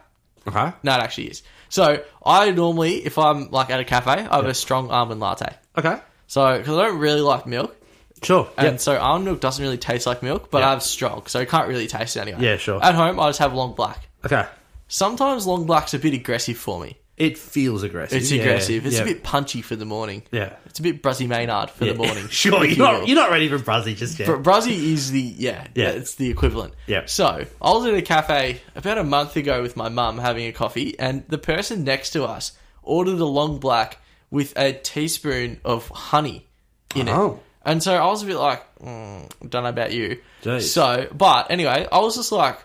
S2: Okay.
S1: No, it actually is. So I normally, if I'm like at a cafe, I have a strong almond latte.
S2: Okay.
S1: So because I don't really like milk,
S2: Sure.
S1: And
S2: Yep.
S1: so almond milk doesn't really taste like milk, but
S2: Yeah.
S1: I have strong, so I can't really taste it anyway.
S2: Yeah, sure.
S1: At home, I just have long black.
S2: Okay.
S1: Sometimes long black's a bit aggressive for me.
S2: It feels aggressive.
S1: It's
S2: Yeah.
S1: aggressive. It's
S2: Yeah.
S1: a bit punchy for the morning.
S2: Yeah.
S1: It's a bit Bruzzy Maynard for the morning.
S2: sure,
S1: if you
S2: you're not,
S1: will.
S2: you're not ready for Brazzy just yet.
S1: Br- Bruzzy is the yeah,
S2: Yeah.
S1: yeah, it's the equivalent.
S2: Yeah.
S1: So I was at a cafe about a month ago with my mum having a coffee, and the person next to us ordered a long black with a teaspoon of honey in
S2: Oh.
S1: it. And so I was a bit like, mm, don't know about you.
S2: Jeez.
S1: So, but anyway, I was just like,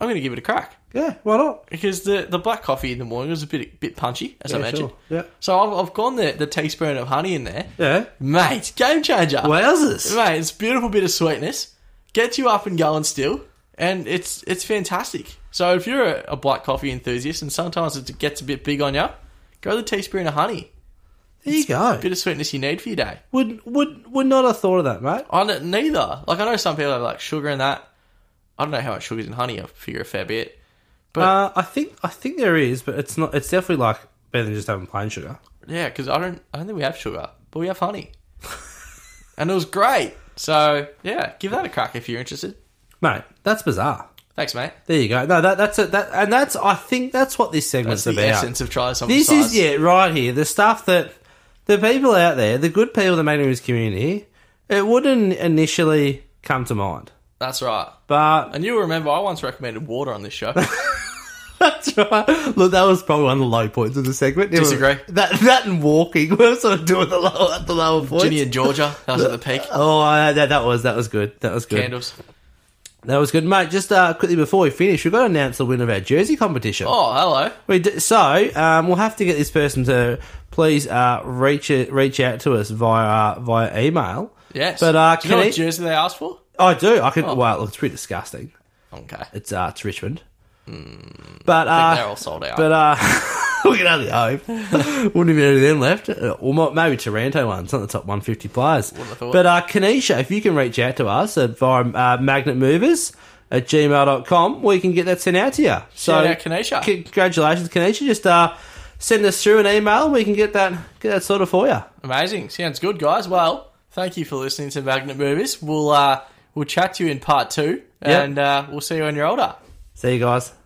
S1: I'm going to give it a crack
S2: yeah, why not?
S1: because the, the black coffee in the morning was a bit bit punchy, as I
S2: Yeah,
S1: mentioned.
S2: sure. Yeah.
S1: So I've, I've gone the, the teaspoon of honey in there.
S2: Yeah.
S1: Mate, game changer.
S2: Wowzers.
S1: Mate, it's a beautiful bit of sweetness. Gets you up and going still, and it's it's fantastic. So if you're a, a black coffee enthusiast and sometimes it gets a bit big on you, go the teaspoon of honey.
S2: There you go.
S1: Bit of sweetness you need for your day.
S2: Would would would not have thought of that, mate.
S1: On it neither. Like I know some people have like sugar and that. I don't know how much sugar's in honey. I figure a fair bit.
S2: Uh, I think I think there is, but it's not. It's definitely like better than just having plain sugar.
S1: Yeah, because I don't I don't think we have sugar, but we have honey, and it was great. So yeah, give that a crack if you're interested.
S2: Mate, that's bizarre.
S1: Thanks, mate.
S2: There you go. No, that that's it. That and that's I think that's what this segment's
S1: That's the
S2: about.
S1: essence of try something.
S2: This is yeah, right here. The stuff that the people out there, the good people that make this community, it wouldn't initially come to mind.
S1: That's right.
S2: But
S1: And you'll remember I once recommended water on this show.
S2: that's right. Look, that was probably one of the low points of the segment. It was-
S1: Disagree.
S2: that that and walking. We were sort of doing the low at the lower points.
S1: Ginny and Georgia, that was at the peak.
S2: Oh, uh, that, that was that was good. That was good.
S1: Candles.
S2: That was good, mate. Just uh, quickly before we finish, we've got to announce the winner of our jersey competition.
S1: Oh, hello.
S2: We do, so um, we'll have to get this person to please uh, reach it, reach out to us via uh, via email.
S1: Yes.
S2: But uh,
S1: Do you know
S2: can
S1: what
S2: he-
S1: jersey they asked for?
S2: I do. I can.
S1: Oh.
S2: Well, it's pretty disgusting.
S1: Okay.
S2: It's uh, it's Richmond. But uh,
S1: Hmm. They're all sold out.
S2: but uh, we can only hope. Wouldn't have been any of them left. Uh, Or mo- maybe Taranto one. It's not the top 150 players.
S1: have thought.
S2: But uh, Kanisha, if you can reach out to us at, via uh, Magnet Movers at gmail.com, we can get that sent out to you. So
S1: Shout out Kanisha.
S2: congratulations, Kanisha. Just uh, send us through an email. We can get that get that sorted for you.
S1: Amazing. Sounds good, guys. Well, thank you for listening to Magnet Movies. We'll uh, we'll chat to you in part two,
S2: Yep.
S1: and uh, we'll see you when you're older.
S2: See you guys.